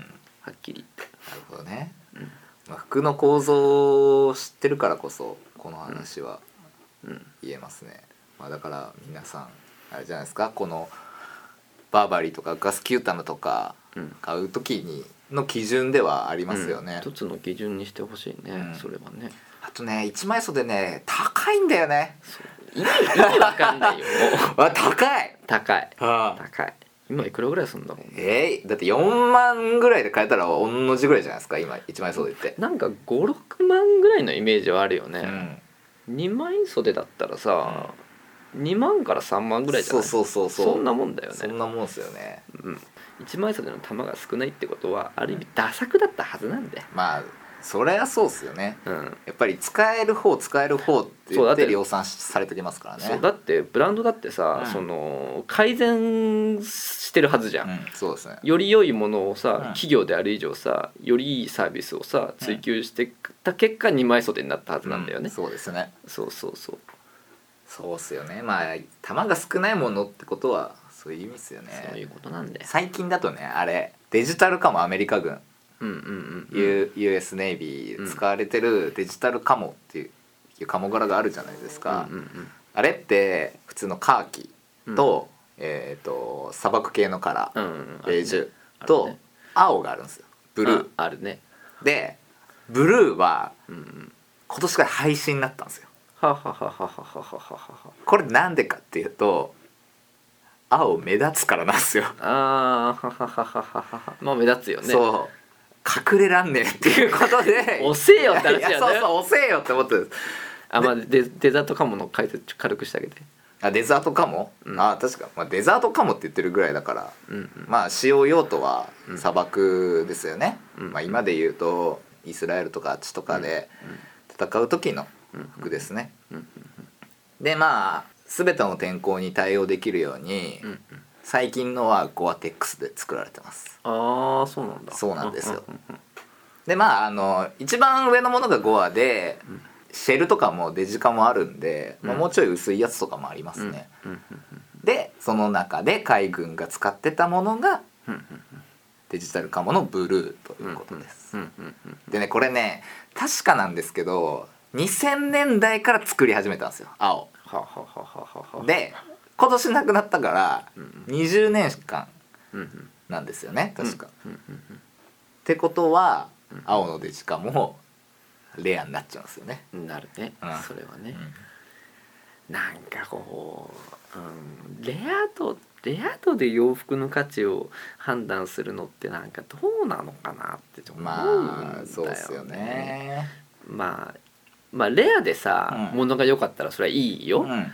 [SPEAKER 1] な
[SPEAKER 2] っきり言って
[SPEAKER 1] るほどね、
[SPEAKER 2] うん
[SPEAKER 1] まあ、服の構造を知ってるからこそこの話は
[SPEAKER 2] うん
[SPEAKER 1] 言えますね、まあ、だから皆さんあれじゃないですかこのバーバリーとかガスキュータムとか
[SPEAKER 2] うん
[SPEAKER 1] 買う時にの基準ではありますよね、
[SPEAKER 2] うん一つの基準にしてほしいね、
[SPEAKER 1] うん
[SPEAKER 2] それはね
[SPEAKER 1] あとね一枚袖ね高いんだよね
[SPEAKER 2] 意味意味わかんないよ もう
[SPEAKER 1] あ高い
[SPEAKER 2] 高い
[SPEAKER 1] あ
[SPEAKER 2] 高い今いくらぐらいすんだろうね
[SPEAKER 1] えーだって4万ぐらいで買えたら同じぐらいじゃないですか今1枚袖って、
[SPEAKER 2] なんか56万ぐらいのイメージはあるよ
[SPEAKER 1] う
[SPEAKER 2] ね、
[SPEAKER 1] ん、
[SPEAKER 2] 2枚袖だったらさ、2万から3万ぐらいじゃない
[SPEAKER 1] そうそうそう
[SPEAKER 2] そんなもんだよね
[SPEAKER 1] そんなもんですよね
[SPEAKER 2] うん、1枚袖の玉が少ないってことはある意味ダ作だったはずなんだよ、
[SPEAKER 1] まあそりゃそうっすよね
[SPEAKER 2] うん
[SPEAKER 1] やっぱり使える方使える方って
[SPEAKER 2] そ
[SPEAKER 1] 言
[SPEAKER 2] うだ
[SPEAKER 1] っ
[SPEAKER 2] ってて
[SPEAKER 1] 量産されてきますからね
[SPEAKER 2] そうだってブランドだってさ、
[SPEAKER 1] うん
[SPEAKER 2] その改善してるはずじゃん、
[SPEAKER 1] うん、そうですね
[SPEAKER 2] より良いものをさ、
[SPEAKER 1] うん
[SPEAKER 2] 企業である以上さよりいいサービスをさ追求してた結果2枚袖になったはずなんだよね、
[SPEAKER 1] うそうですね
[SPEAKER 2] そうそうそう
[SPEAKER 1] そうっすよねまあ玉が少ないものってことはそういう意味っすよ
[SPEAKER 2] そうい
[SPEAKER 1] ね
[SPEAKER 2] うことなんだよ、
[SPEAKER 1] 最近だとねあれデジタル化もアメリカ軍
[SPEAKER 2] うんうんうん
[SPEAKER 1] U US ネイビー使われてるデジタルカモっていういうカモ柄があるじゃないですか、
[SPEAKER 2] うんうん
[SPEAKER 1] あれって普通のカーキと,、えー、と砂漠系のカラ
[SPEAKER 2] う
[SPEAKER 1] ー、
[SPEAKER 2] んうんうん
[SPEAKER 1] ベージュ
[SPEAKER 2] あるね
[SPEAKER 1] と青があるんですよブルー
[SPEAKER 2] ああるね
[SPEAKER 1] でブルーは
[SPEAKER 2] うんうん
[SPEAKER 1] 今年から廃止になったんですよ
[SPEAKER 2] はははははははは
[SPEAKER 1] これなんでかっていうと青目立つからなんですよ、
[SPEAKER 2] あーははははははまあ目立つよねう
[SPEAKER 1] そう隠れらんねえっていうことで
[SPEAKER 2] 押せよって話
[SPEAKER 1] い
[SPEAKER 2] だよね
[SPEAKER 1] やいやそうそう押せよって思ってるんです
[SPEAKER 2] あまあデデザートカモの解説ちょ軽くしてあげて
[SPEAKER 1] あデザートカモ、
[SPEAKER 2] うん
[SPEAKER 1] あ確か、まあ、デザートカモって言ってるぐらいだから、
[SPEAKER 2] うんうん
[SPEAKER 1] まあ使用用途は
[SPEAKER 2] うん
[SPEAKER 1] 砂漠ですよね、
[SPEAKER 2] うん
[SPEAKER 1] まあ、今で言うとイスラエルとかあっちとかで戦う時の服ですね、
[SPEAKER 2] うんうん
[SPEAKER 1] でまあ全ての天候に対応できるように、
[SPEAKER 2] うんうん
[SPEAKER 1] 最近のはゴアテックスで作られてます
[SPEAKER 2] ああそうなんだ
[SPEAKER 1] そうなんですよ
[SPEAKER 2] うんうん
[SPEAKER 1] でまああの一番上のものがゴアで、シェルとかもデジカもあるんで、まあ、
[SPEAKER 2] うん
[SPEAKER 1] もうちょい薄いやつとかもあります
[SPEAKER 2] うん
[SPEAKER 1] ね、
[SPEAKER 2] うんうん
[SPEAKER 1] でその中で海軍が使ってたものが
[SPEAKER 2] うんうん
[SPEAKER 1] デジタルカモのブルーということです、
[SPEAKER 2] うんうんうん
[SPEAKER 1] でねこれね確かなんですけど2000年代から作り始めたんですよ青
[SPEAKER 2] はははははは、
[SPEAKER 1] で今年なくなったから
[SPEAKER 2] うん
[SPEAKER 1] 20年間
[SPEAKER 2] うんうん、
[SPEAKER 1] なんですよね確か、っ
[SPEAKER 2] うんうん
[SPEAKER 1] てことは青のデジカもレアになっちゃうんですよね、
[SPEAKER 2] うん、なるね、
[SPEAKER 1] うん
[SPEAKER 2] それは
[SPEAKER 1] う
[SPEAKER 2] ね
[SPEAKER 1] ん、
[SPEAKER 2] なんかこう、うん、レア度レア度で洋服の価値を判断するのってなんかどうなのかなってちょっと思うんだよね、
[SPEAKER 1] まあそうですよね
[SPEAKER 2] まあまあレアでさ、
[SPEAKER 1] うん
[SPEAKER 2] 物が良かったらそれはいいよ、
[SPEAKER 1] うん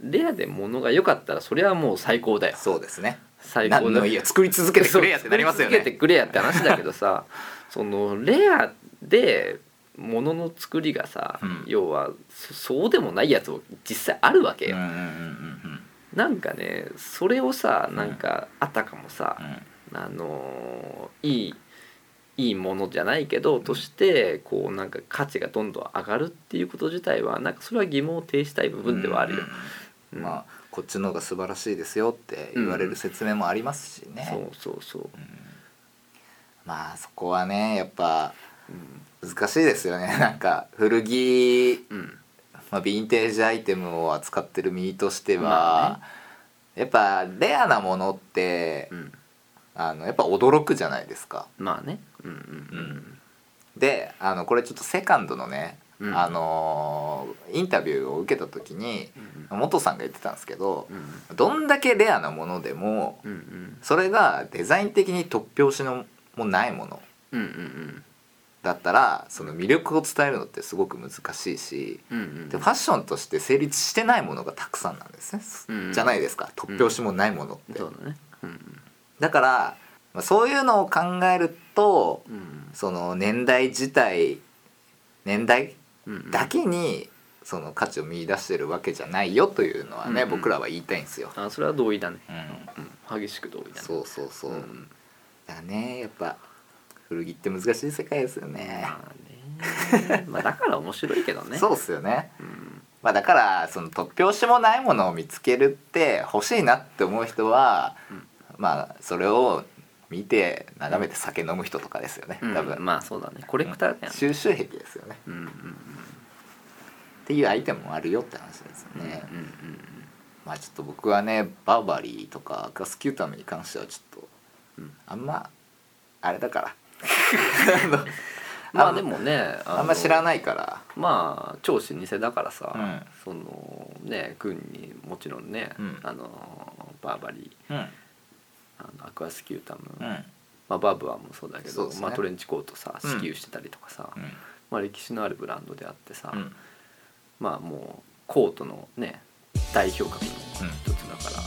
[SPEAKER 2] レアで物が良かったらそれはもう最高だよ
[SPEAKER 1] そうですね
[SPEAKER 2] 最高
[SPEAKER 1] 何の
[SPEAKER 2] だ
[SPEAKER 1] いいよ作り続けてくれやってなりますよね
[SPEAKER 2] そう作り続けてくれやって話 だけどさそのレアでものの作りがさ、
[SPEAKER 1] うん
[SPEAKER 2] 要はそそうでもないやつも実際あるわけ
[SPEAKER 1] うん
[SPEAKER 2] よ、
[SPEAKER 1] うんうんうん
[SPEAKER 2] なんかねそれをさなんかあたかもさ
[SPEAKER 1] う、ん
[SPEAKER 2] あのーいいいいものじゃないけどとしてこうなんか価値がどんどん上がるっていうこと自体はなんかそれは疑問を呈したい部分ではあるよ、
[SPEAKER 1] うん
[SPEAKER 2] うん
[SPEAKER 1] まあこっちの方が素晴らしいですよって言われる説明もありますしね、
[SPEAKER 2] そうそうそう、
[SPEAKER 1] まあそこはねやっぱ
[SPEAKER 2] うん
[SPEAKER 1] 難しいですよね なんか古着、
[SPEAKER 2] うん
[SPEAKER 1] まあ、ヴィンテージアイテムを扱ってる身としては、
[SPEAKER 2] ま
[SPEAKER 1] やっぱレアなものって、
[SPEAKER 2] うん、
[SPEAKER 1] あのやっぱ驚くじゃないですか。
[SPEAKER 2] まあねうんうん
[SPEAKER 1] うんであのこれちょっとセカンドのね、
[SPEAKER 2] うん
[SPEAKER 1] あのーインタビューを受けた時に
[SPEAKER 2] うん
[SPEAKER 1] 元さんが言ってたんですけど
[SPEAKER 2] う、ん
[SPEAKER 1] どんだけレアなものでも
[SPEAKER 2] うんうん
[SPEAKER 1] それがデザイン的に突拍子のもないもの
[SPEAKER 2] うんうん
[SPEAKER 1] だったらその魅力を伝えるのってすごく難しいし
[SPEAKER 2] うんうん
[SPEAKER 1] でファッションとして成立してないものがたくさんなんですね、
[SPEAKER 2] うん
[SPEAKER 1] じゃないですか突拍子もないものって、
[SPEAKER 2] そうだねうん
[SPEAKER 1] だから、まあ、そういうのを考えると
[SPEAKER 2] うん
[SPEAKER 1] その年代自体年代
[SPEAKER 2] うん
[SPEAKER 1] だけにその価値を見出してるわけじゃないよというのはね、
[SPEAKER 2] うんうん
[SPEAKER 1] 僕らは言いたいんですよ。
[SPEAKER 2] あそれは同意だね、
[SPEAKER 1] うん
[SPEAKER 2] うん、激しく同意だね
[SPEAKER 1] そうそうそう、
[SPEAKER 2] ん
[SPEAKER 1] だからねやっぱ古着って難しい世界ですよね。
[SPEAKER 2] まあ ねまあだから面白いけどね
[SPEAKER 1] そうっすよね。
[SPEAKER 2] うん、
[SPEAKER 1] まあ、だからその突拍子もないものを見つけるって欲しいなって思う人は、
[SPEAKER 2] うん
[SPEAKER 1] まあそれを見て眺めて酒飲む人とかですよね、
[SPEAKER 2] うん、
[SPEAKER 1] 多分、
[SPEAKER 2] まあそうだねコレクターだよね、
[SPEAKER 1] 収集癖ですよね
[SPEAKER 2] うん、うんうん
[SPEAKER 1] っていうアイテムもあるよって話ですよ
[SPEAKER 2] うん
[SPEAKER 1] ね、
[SPEAKER 2] うん
[SPEAKER 1] まあちょっと僕はねバーバリーとかガスキュータムに関してはちょっと、
[SPEAKER 2] うん
[SPEAKER 1] あんまあれだから
[SPEAKER 2] ま
[SPEAKER 1] あ
[SPEAKER 2] あ
[SPEAKER 1] ん
[SPEAKER 2] でもね
[SPEAKER 1] あんま知ら
[SPEAKER 2] い
[SPEAKER 1] ないから
[SPEAKER 2] まあ超老舗だからさ、
[SPEAKER 1] うん
[SPEAKER 2] そのね軍にもちろんね、
[SPEAKER 1] うん
[SPEAKER 2] あのバーバリ
[SPEAKER 1] うん
[SPEAKER 2] ーあのアクアスキュータム、
[SPEAKER 1] うん
[SPEAKER 2] まあ、バーブアもそうだけ
[SPEAKER 1] そう
[SPEAKER 2] ど、
[SPEAKER 1] ですね
[SPEAKER 2] まあ、トレンチコートさ
[SPEAKER 1] うん
[SPEAKER 2] 支給してたりとかさ、
[SPEAKER 1] うん
[SPEAKER 2] まあ、歴史のあるブランドであってさ、
[SPEAKER 1] うん
[SPEAKER 2] まあもうコートのね代表格の
[SPEAKER 1] うん
[SPEAKER 2] 一つだから、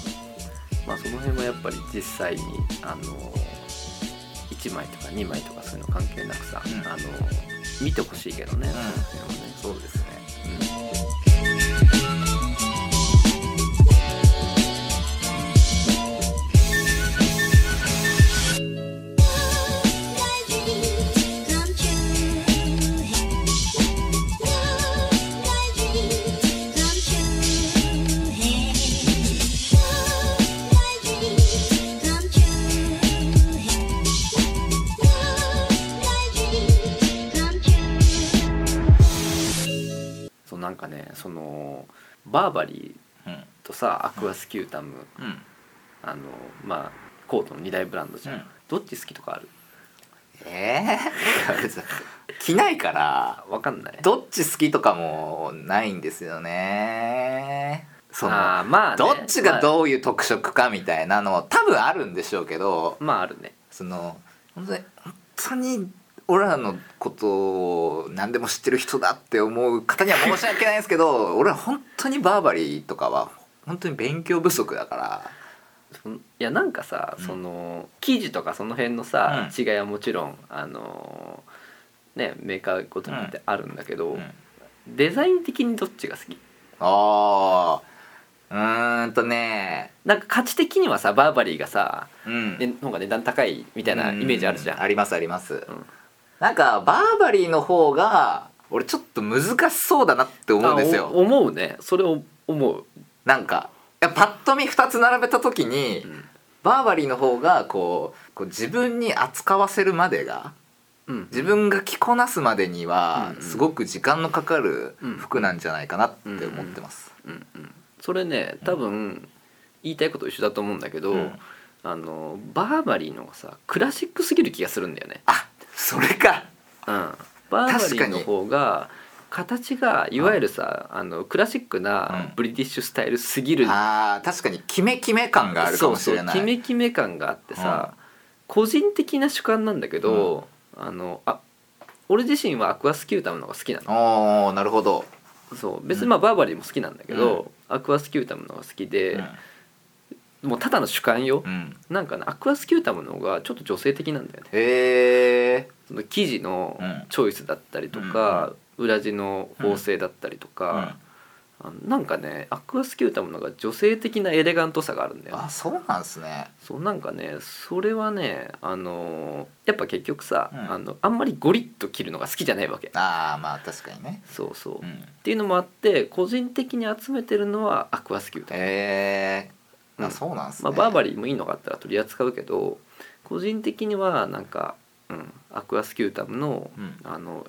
[SPEAKER 2] まあ、その辺はやっぱり実際にあの1枚とか2枚とかそういうの関係なくさ、
[SPEAKER 1] うん
[SPEAKER 2] あの見てほしいけどね、その辺はね
[SPEAKER 1] そうですね
[SPEAKER 3] Come true.
[SPEAKER 2] バーバリ
[SPEAKER 1] うん
[SPEAKER 2] ーとさアクアスキュータム
[SPEAKER 1] うん
[SPEAKER 2] あのまあコートの2大ブランドじゃん、
[SPEAKER 1] うん
[SPEAKER 2] どっち好きとかある
[SPEAKER 1] えー、着ないから
[SPEAKER 2] 分かんない
[SPEAKER 1] どっち好きとかもないんですよねその
[SPEAKER 2] あーまあ、ね、
[SPEAKER 1] どっちが
[SPEAKER 2] まあ
[SPEAKER 1] どういう特色かみたいなの多分あるんでしょうけど
[SPEAKER 2] まああるね
[SPEAKER 1] その本当に本当に俺らのことを何でも知ってる人だって思う方には申し訳ないですけど俺は本当にバーバリーとかは本当に勉強不足だから
[SPEAKER 2] そんいやなんかさ、
[SPEAKER 1] うん
[SPEAKER 2] その生地とかその辺のさ、
[SPEAKER 1] う
[SPEAKER 2] 違いはもちろんあのーねメーカーごとによってあるんだけど、
[SPEAKER 1] うん
[SPEAKER 2] デザイン的にどっちが好き
[SPEAKER 1] ああうーんとね
[SPEAKER 2] なんか価値的にはさバーバリーがさ、
[SPEAKER 1] うん
[SPEAKER 2] ね、の方が値段高いみたいなイメージあるじゃん、
[SPEAKER 1] うありますあります、
[SPEAKER 2] ん
[SPEAKER 1] なんかバーバリーの方が俺ちょっと難しそうだなって思うんです
[SPEAKER 2] あ
[SPEAKER 1] よ
[SPEAKER 2] お思うねそれを思う、
[SPEAKER 1] なんかいやパッと見2つ並べた時に、
[SPEAKER 2] うん
[SPEAKER 1] バーバリーの方がこうこう自分に扱わせるまでが
[SPEAKER 2] うん、
[SPEAKER 1] 自分が着こなすまでには
[SPEAKER 2] うんうん
[SPEAKER 1] すごく時間のかかる
[SPEAKER 2] うん
[SPEAKER 1] 服なんじゃないかなって思ってます、
[SPEAKER 2] うんうん、それね多分言いたいこと一緒だと思うんだけど、
[SPEAKER 1] うん
[SPEAKER 2] あのバーバリーのがさクラシックすぎる気がするんだよね、
[SPEAKER 1] あそれか
[SPEAKER 2] うん、バーバリーの方が形がいわゆるさ、あのクラシックな
[SPEAKER 1] うん
[SPEAKER 2] ブリティッシュスタイルすぎる、
[SPEAKER 1] あー確かにキメキメ感があるか
[SPEAKER 2] そ
[SPEAKER 1] も
[SPEAKER 2] う
[SPEAKER 1] し
[SPEAKER 2] そう
[SPEAKER 1] れない
[SPEAKER 2] キメキメ感があってさ、個人的な主観なんだけど、あのあ俺自身はアクアスキュータムの方が好きなの
[SPEAKER 1] おーなるほど、
[SPEAKER 2] そう別にまあバーバリーも好きなんだけど、アクアスキュータムの方が好きで、もうただの主観よ
[SPEAKER 1] う、ん、
[SPEAKER 2] なんかねアクアスキュータムの方がちょっと女性的なんだよね
[SPEAKER 1] へえ
[SPEAKER 2] その生地の
[SPEAKER 1] うん
[SPEAKER 2] チョイスだったりとか、裏地の縫製だったりとか、あのなんかねアクアスキュータムの方が女性的なエレガントさがあるんだよね
[SPEAKER 1] あそうなんですね
[SPEAKER 2] そうなんかねそれはねあのーやっぱ結局さ、
[SPEAKER 1] うん
[SPEAKER 2] あのあんまりゴリッと切るのが好きじゃないわけ
[SPEAKER 1] ああまあ確かにね、
[SPEAKER 2] そうそう、
[SPEAKER 1] う
[SPEAKER 2] っ
[SPEAKER 1] ん、
[SPEAKER 2] ていうのもあって個人的に集めてるのはアクアスキュータム、
[SPEAKER 1] えー、
[SPEAKER 2] う
[SPEAKER 1] あ
[SPEAKER 2] ん
[SPEAKER 1] そうなんです
[SPEAKER 2] ま
[SPEAKER 1] ね、
[SPEAKER 2] あ、バーバ
[SPEAKER 1] リ
[SPEAKER 2] リーもいいのがあったら取り扱うけど個人的にはなんか、うん、アクアスキュータムの
[SPEAKER 1] ー、うん、っ
[SPEAKER 2] あの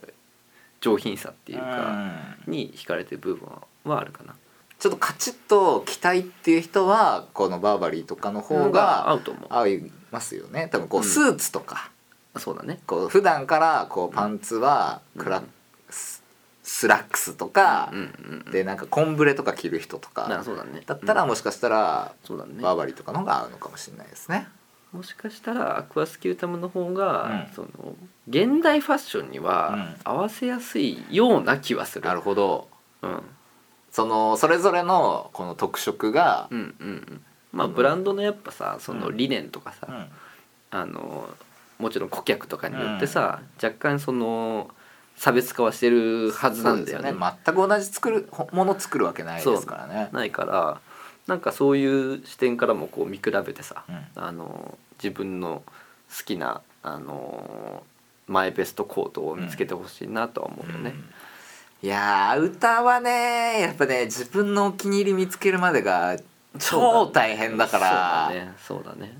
[SPEAKER 2] 上品さって
[SPEAKER 1] て
[SPEAKER 2] いうか、に惹かれてる部分はあるかな
[SPEAKER 1] ちょっとカチッと着たいっていう人はこのバーバリーとかの方が
[SPEAKER 2] 合うと思
[SPEAKER 1] 合いますよね多分こ
[SPEAKER 2] う
[SPEAKER 1] うんスーツとか、
[SPEAKER 2] うそうだね
[SPEAKER 1] こう普段からこうパンツはクラ、
[SPEAKER 2] うん
[SPEAKER 1] ススラックスとか
[SPEAKER 2] うん、うんうん
[SPEAKER 1] でなんかコンブレとか着る人と
[SPEAKER 2] な
[SPEAKER 1] か
[SPEAKER 2] そうだね
[SPEAKER 1] だったらもしかしたら
[SPEAKER 2] うんそうだね
[SPEAKER 1] バーバリーとかの方が合うのかもしれないですね。
[SPEAKER 2] もしかしたらアクアスキュータムの方が、
[SPEAKER 1] うん
[SPEAKER 2] その現代ファッションには合わせやすいような気はする、
[SPEAKER 1] なるほど
[SPEAKER 2] うん、うん
[SPEAKER 1] そのそれぞれのこの特色が、
[SPEAKER 2] うんうんまあブランドのやっぱさその理念とかさ、
[SPEAKER 1] うん
[SPEAKER 2] あのもちろん顧客とかによってさ、若干その差別化はしてるはずなんだよね
[SPEAKER 1] そうです全く同じ作るほもの作るわけないですからね。
[SPEAKER 2] ないからなんかそういう視点からもこう見比べてさ、
[SPEAKER 1] うん
[SPEAKER 2] あの自分の好きなあのマイベストコートを見つけてほしいなとは思うよね、
[SPEAKER 1] いやー歌はねやっぱね自分のお気に入り見つけるまでが超大変だから
[SPEAKER 2] そうだねそうだね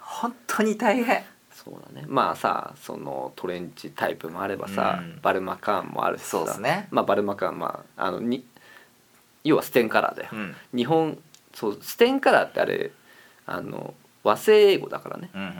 [SPEAKER 1] 本当に大変
[SPEAKER 2] そうだねまあさそのトレンチタイプもあればさ、
[SPEAKER 1] うん
[SPEAKER 2] バルマカーンもあるしさ
[SPEAKER 1] そうですね
[SPEAKER 2] まあ、バルマカーンまああのに要はステンカラーだよ、
[SPEAKER 1] うん
[SPEAKER 2] 日本そうステンカラーってあれあの和製英語だからね
[SPEAKER 1] うんうんうん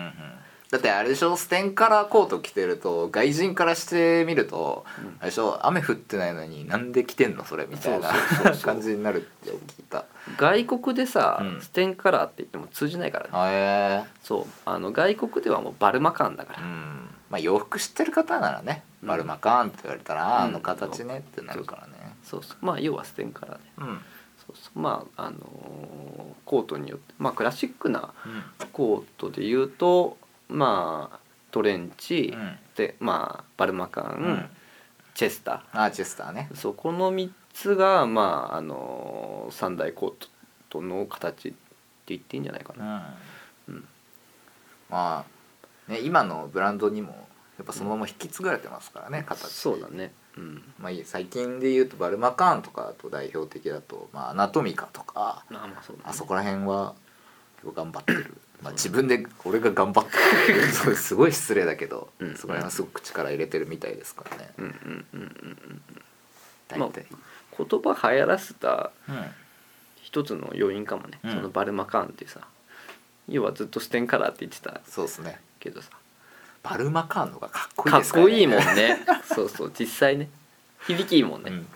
[SPEAKER 1] だってあれでしょステンカラーコート着てると外人からしてみると、
[SPEAKER 2] うん
[SPEAKER 1] あれでしょ雨降ってないのになんで着てんのそれみたいな
[SPEAKER 2] そうそうそうそう
[SPEAKER 1] 感じになるって聞いた
[SPEAKER 2] 外国でさ、
[SPEAKER 1] うん
[SPEAKER 2] ステンカラーって言っても通じないからね
[SPEAKER 1] へえ
[SPEAKER 2] そうあの外国ではもうバルマカーンだか
[SPEAKER 1] う
[SPEAKER 2] ら、
[SPEAKER 1] んまあ洋服知ってる方ならね「
[SPEAKER 2] うん
[SPEAKER 1] バルマカーン」って言われたら「あーあ
[SPEAKER 2] うん
[SPEAKER 1] の形ね」ってなるからね
[SPEAKER 2] そうそうまあ要はステンカラーで
[SPEAKER 1] うん、うん
[SPEAKER 2] そうそうまああのーコートによってまあクラシックなコートで言うとまあトレンチ、
[SPEAKER 1] うん
[SPEAKER 2] でまあバルマカーン、
[SPEAKER 1] うん
[SPEAKER 2] チェスタ
[SPEAKER 1] アーチェスターね
[SPEAKER 2] ーそうこの3つがまああのー三大コートの形って言っていいんじゃないか
[SPEAKER 1] う
[SPEAKER 2] な、
[SPEAKER 1] ん
[SPEAKER 2] うん
[SPEAKER 1] まあね今のブランドにもやっぱそのまま引き継がれてますからね、形
[SPEAKER 2] そうだねうん
[SPEAKER 1] まあいい最近で言うとバルマカーンとかだと代表的だと、まあ、アナトミカとか
[SPEAKER 2] まあまあそうだ、ね、
[SPEAKER 1] あそこら辺は結構頑張ってる、まあ、自分で俺が頑張って るそうすごい失礼だけど、
[SPEAKER 2] うん
[SPEAKER 1] そこら辺はすごく力入れてるみたいですからね
[SPEAKER 2] うんうんうんうんうん
[SPEAKER 1] 大体、
[SPEAKER 2] まあ言葉流行らせた
[SPEAKER 1] うん
[SPEAKER 2] 一つの要因かもね、
[SPEAKER 1] うん
[SPEAKER 2] そのバルマカーンってさ要はずっとステンカラーって言ってた
[SPEAKER 1] そうですね
[SPEAKER 2] けどさ
[SPEAKER 1] バルマカーノがかっこいい
[SPEAKER 2] か
[SPEAKER 1] で
[SPEAKER 2] っ
[SPEAKER 1] すから
[SPEAKER 2] こ
[SPEAKER 1] ね
[SPEAKER 2] いいもんねそうそう実際ね響きいいもんね、
[SPEAKER 1] うん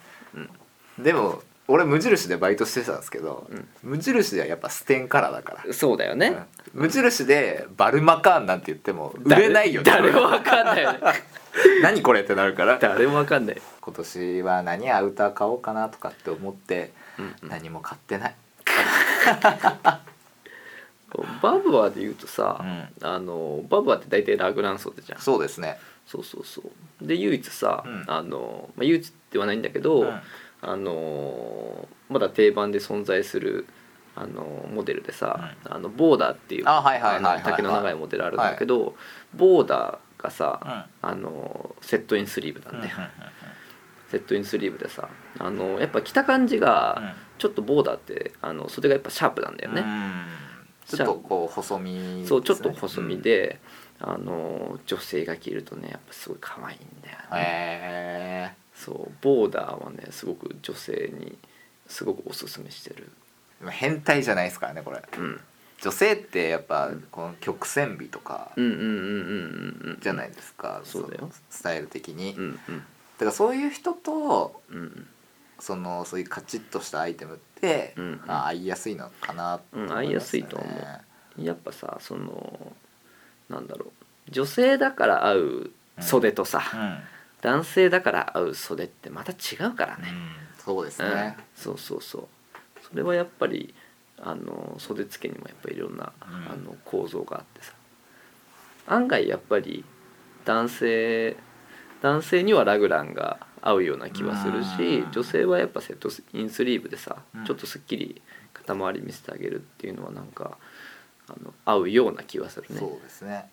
[SPEAKER 1] でも俺無印でバイトしてたんですけど、
[SPEAKER 2] うん
[SPEAKER 1] 無印ではやっぱステンカラーだから、
[SPEAKER 2] そうだよね、
[SPEAKER 1] うん無印でバルマカーンなんて言っても売れないよね
[SPEAKER 2] 誰誰もわかんな いよね
[SPEAKER 1] 何これってなるから
[SPEAKER 2] 誰もわかんない、
[SPEAKER 1] 今年は何アウター買おうかなとかって思って
[SPEAKER 2] うんうん
[SPEAKER 1] 何も買ってない、
[SPEAKER 2] バブアーで言うとさ、あのバブアーって大体ラグランソーってじゃん
[SPEAKER 1] そうですね、
[SPEAKER 2] そうそうそうで唯一さ、
[SPEAKER 1] うん
[SPEAKER 2] あのまあ、唯一ではないんだけど、
[SPEAKER 1] うん
[SPEAKER 2] あのまだ定番で存在するあのモデルでさ、あのボーダーっていう
[SPEAKER 1] あはいはいはいはいはい
[SPEAKER 2] あの丈の長いモデルあるんだけど、ボーダーがさ、あのセットインスリーブなんだよ、セットインスリーブでさあのやっぱ着た感じがちょっとボーダーってあの袖がやっぱシャープなんだよね、
[SPEAKER 1] うんちょっとこう細身ですね、
[SPEAKER 2] そうちょっと細身で、あの女性が着るとねやっぱすごい可愛いんだよ
[SPEAKER 1] うん、
[SPEAKER 2] ね、
[SPEAKER 1] へ
[SPEAKER 2] そうボーダーはねすごく女性にすごくおすすめしてる
[SPEAKER 1] ー変態じゃないですからねこれ
[SPEAKER 2] うん
[SPEAKER 1] 女性ってやっぱこの曲線美とか
[SPEAKER 2] うんうんうんうんうん
[SPEAKER 1] じゃないいですか、
[SPEAKER 2] そうだよ
[SPEAKER 1] のスタイル的に、
[SPEAKER 2] う
[SPEAKER 1] だ
[SPEAKER 2] んうん
[SPEAKER 1] からそういう人と
[SPEAKER 2] うん
[SPEAKER 1] そのそういうカチッとしたアイテムって、
[SPEAKER 2] うんうん
[SPEAKER 1] まあ合いやすいのかなと思
[SPEAKER 2] うん合いやすい
[SPEAKER 1] ま
[SPEAKER 2] と
[SPEAKER 1] よ
[SPEAKER 2] 思う
[SPEAKER 1] ね
[SPEAKER 2] うんやっぱさそのなんだろう女性だから合う袖とさ、
[SPEAKER 1] うん
[SPEAKER 2] 男性だから合う袖ってまた違うからね、
[SPEAKER 1] そうですね、
[SPEAKER 2] そうそうそうそれはやっぱりあの袖付けにもやっぱいろんな、
[SPEAKER 1] うん
[SPEAKER 2] あの構造があってさ案外やっぱり男性男性にはラグランが合うような気はするし
[SPEAKER 1] うん
[SPEAKER 2] 女性はやっぱセットインスリーブでさ、
[SPEAKER 1] うん
[SPEAKER 2] ちょっとすっきり肩周り見せてあげるっていうのはなんかあの合うような気はするね
[SPEAKER 1] そうですね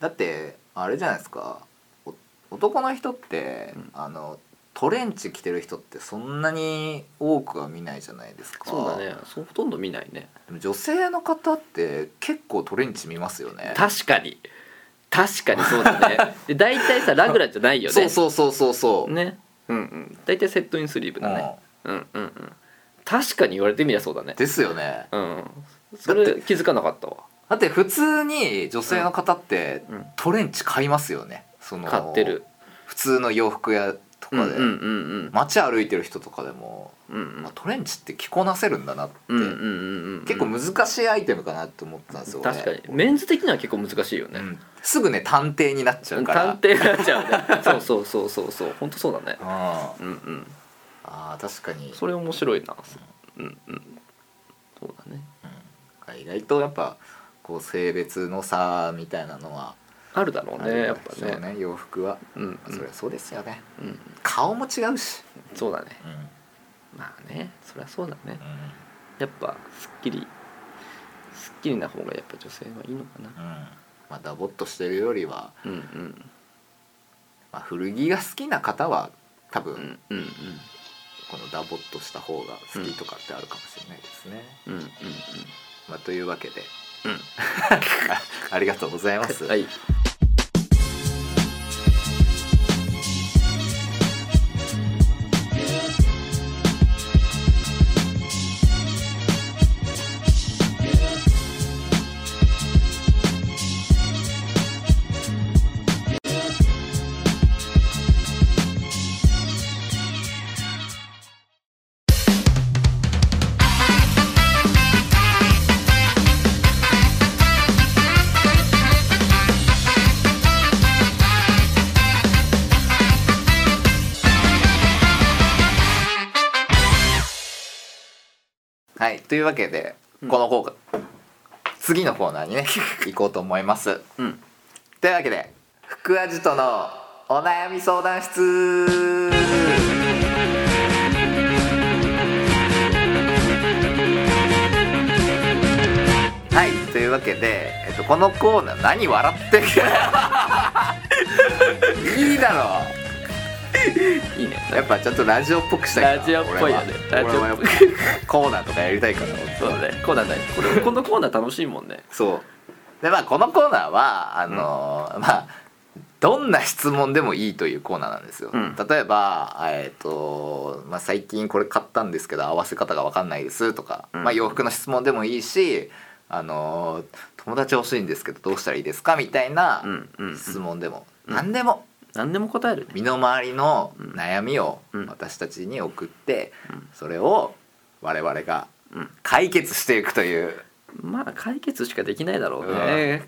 [SPEAKER 1] だってあれじゃないですかお男の人って、
[SPEAKER 2] うん
[SPEAKER 1] あのトレンチ着てる人ってそんなに多くは見ないじゃないですか
[SPEAKER 2] そうだねそうほとんど見ないね
[SPEAKER 1] でも女性の方って結構トレンチ見ますよね
[SPEAKER 2] 確かに確かにそうだ ねで大体さラグランじゃないよね
[SPEAKER 1] そうそうそうそうそう、
[SPEAKER 2] ねうんうん大体セットインスリーブ
[SPEAKER 1] う
[SPEAKER 2] だ
[SPEAKER 1] ん
[SPEAKER 2] ねうんうんうん確かに言われてみりゃそうだね
[SPEAKER 1] ですよね
[SPEAKER 2] うんそれ気づかなかったわ
[SPEAKER 1] だって普通に女性の方って
[SPEAKER 2] うん
[SPEAKER 1] トレンチ買いますよねその
[SPEAKER 2] 買ってる
[SPEAKER 1] 普通の洋服屋と
[SPEAKER 2] うんう
[SPEAKER 1] か
[SPEAKER 2] ん
[SPEAKER 1] で、
[SPEAKER 2] うんうん
[SPEAKER 1] 街歩いてる人とかでも、
[SPEAKER 2] うん
[SPEAKER 1] まあ、トレンチって着こなせるんだなって、
[SPEAKER 2] うんうんうんうん
[SPEAKER 1] 結構難しいアイテムかなって思ったんですよ俺
[SPEAKER 2] 確かにメンズ的には結構難しいよね
[SPEAKER 1] うんすぐね探偵になっちゃうから
[SPEAKER 2] 探偵になっちゃうねそうそうそうそうそう本当そうだね
[SPEAKER 1] うん、あ
[SPEAKER 2] うんうん
[SPEAKER 1] あー確かに
[SPEAKER 2] それ面白いなうんうんそうだね
[SPEAKER 1] 意外とやっぱこう性別の差みたいなのは
[SPEAKER 2] あるだろう
[SPEAKER 1] ある
[SPEAKER 2] ね
[SPEAKER 1] よ
[SPEAKER 2] やっぱ
[SPEAKER 1] そう
[SPEAKER 2] ね
[SPEAKER 1] ね洋服は、
[SPEAKER 2] うんうん
[SPEAKER 1] そりゃそうですよね
[SPEAKER 2] うん
[SPEAKER 1] 顔も違うし、
[SPEAKER 2] そうだね
[SPEAKER 1] うん
[SPEAKER 2] まあねそりゃそうだねやっぱすっきりすっきりな方がやっぱ女性はいいのかな
[SPEAKER 1] うんまあダボっとしてるよりは、
[SPEAKER 2] うんうん
[SPEAKER 1] まあ、古着が好きな方は多分、
[SPEAKER 2] うんうん
[SPEAKER 1] このダボっとした方が好きとかってあるかもしれないですね、
[SPEAKER 2] うんうんうん
[SPEAKER 1] まあ、というわけで
[SPEAKER 2] う
[SPEAKER 1] ありがとうございます、
[SPEAKER 2] んはい
[SPEAKER 1] はい、というわけで、
[SPEAKER 2] うん
[SPEAKER 1] このコーナー次のコーナーにね 行こうと思います
[SPEAKER 2] うん
[SPEAKER 1] というわけで福アジトのお悩み相談室はいというわけで、えっと、このコーナー何笑ってる いいだろ
[SPEAKER 2] いいね
[SPEAKER 1] うやっぱちょっとラジオっぽくしたいな
[SPEAKER 2] ラジオっぽいよね
[SPEAKER 1] 俺は
[SPEAKER 2] ラジ
[SPEAKER 1] 俺
[SPEAKER 2] オっぽい
[SPEAKER 1] はやっぱコーナーとかやりたいから
[SPEAKER 2] そうだねコーナーないこ れこのコーナー楽しいもんね
[SPEAKER 1] そうでまあこのコーナーはあのーまあどんな質問でもいいというコーナーなんですよ、
[SPEAKER 2] うん
[SPEAKER 1] 例えば、えーとまあ、最近これ買ったんですけど合わせ方が分かんないですとか、
[SPEAKER 2] うん
[SPEAKER 1] まあ、洋服の質問でもいいし、あの友達欲しいんですけどどうしたらいいですかみたいな
[SPEAKER 2] うんうんうん
[SPEAKER 1] 質問でも、
[SPEAKER 2] うん
[SPEAKER 1] 何でも
[SPEAKER 2] 何でも答えるね
[SPEAKER 1] 身の回りの悩みを
[SPEAKER 2] うん
[SPEAKER 1] 私たちに送って、
[SPEAKER 2] うん
[SPEAKER 1] それを我々が
[SPEAKER 2] うん
[SPEAKER 1] 解決していくという
[SPEAKER 2] まあ解決しかできないだろうね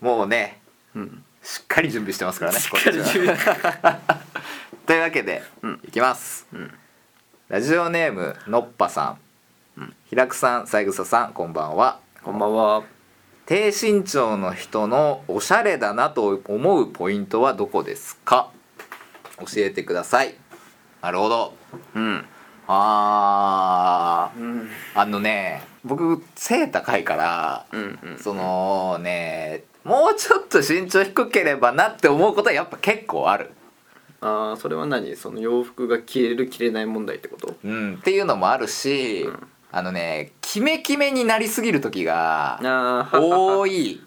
[SPEAKER 1] もうね
[SPEAKER 2] うん
[SPEAKER 1] しっかり準備してますからね
[SPEAKER 2] しっかり準備
[SPEAKER 1] こっちはというわけで、
[SPEAKER 2] うん
[SPEAKER 1] いきます
[SPEAKER 2] うん
[SPEAKER 1] ラジオネームのっぱさん、
[SPEAKER 2] うん
[SPEAKER 1] 平久さん三枝さんこんばんは
[SPEAKER 2] こんばんは
[SPEAKER 1] 低身長の人のおしゃれだなと思うポイントはどこですか教えてくださいなるほど
[SPEAKER 2] うん
[SPEAKER 1] あー
[SPEAKER 2] うん
[SPEAKER 1] あのね僕背高いから、
[SPEAKER 2] うんうん
[SPEAKER 1] そのねもうちょっと身長低ければなって思うことはやっぱ結構ある、
[SPEAKER 2] ああそれは何その洋服が着れる着れない問題ってこと
[SPEAKER 1] うん、っていうのもあるし、
[SPEAKER 2] うん
[SPEAKER 1] あのねキメキメになりすぎる時が
[SPEAKER 2] ああ
[SPEAKER 1] 多
[SPEAKER 2] い
[SPEAKER 1] い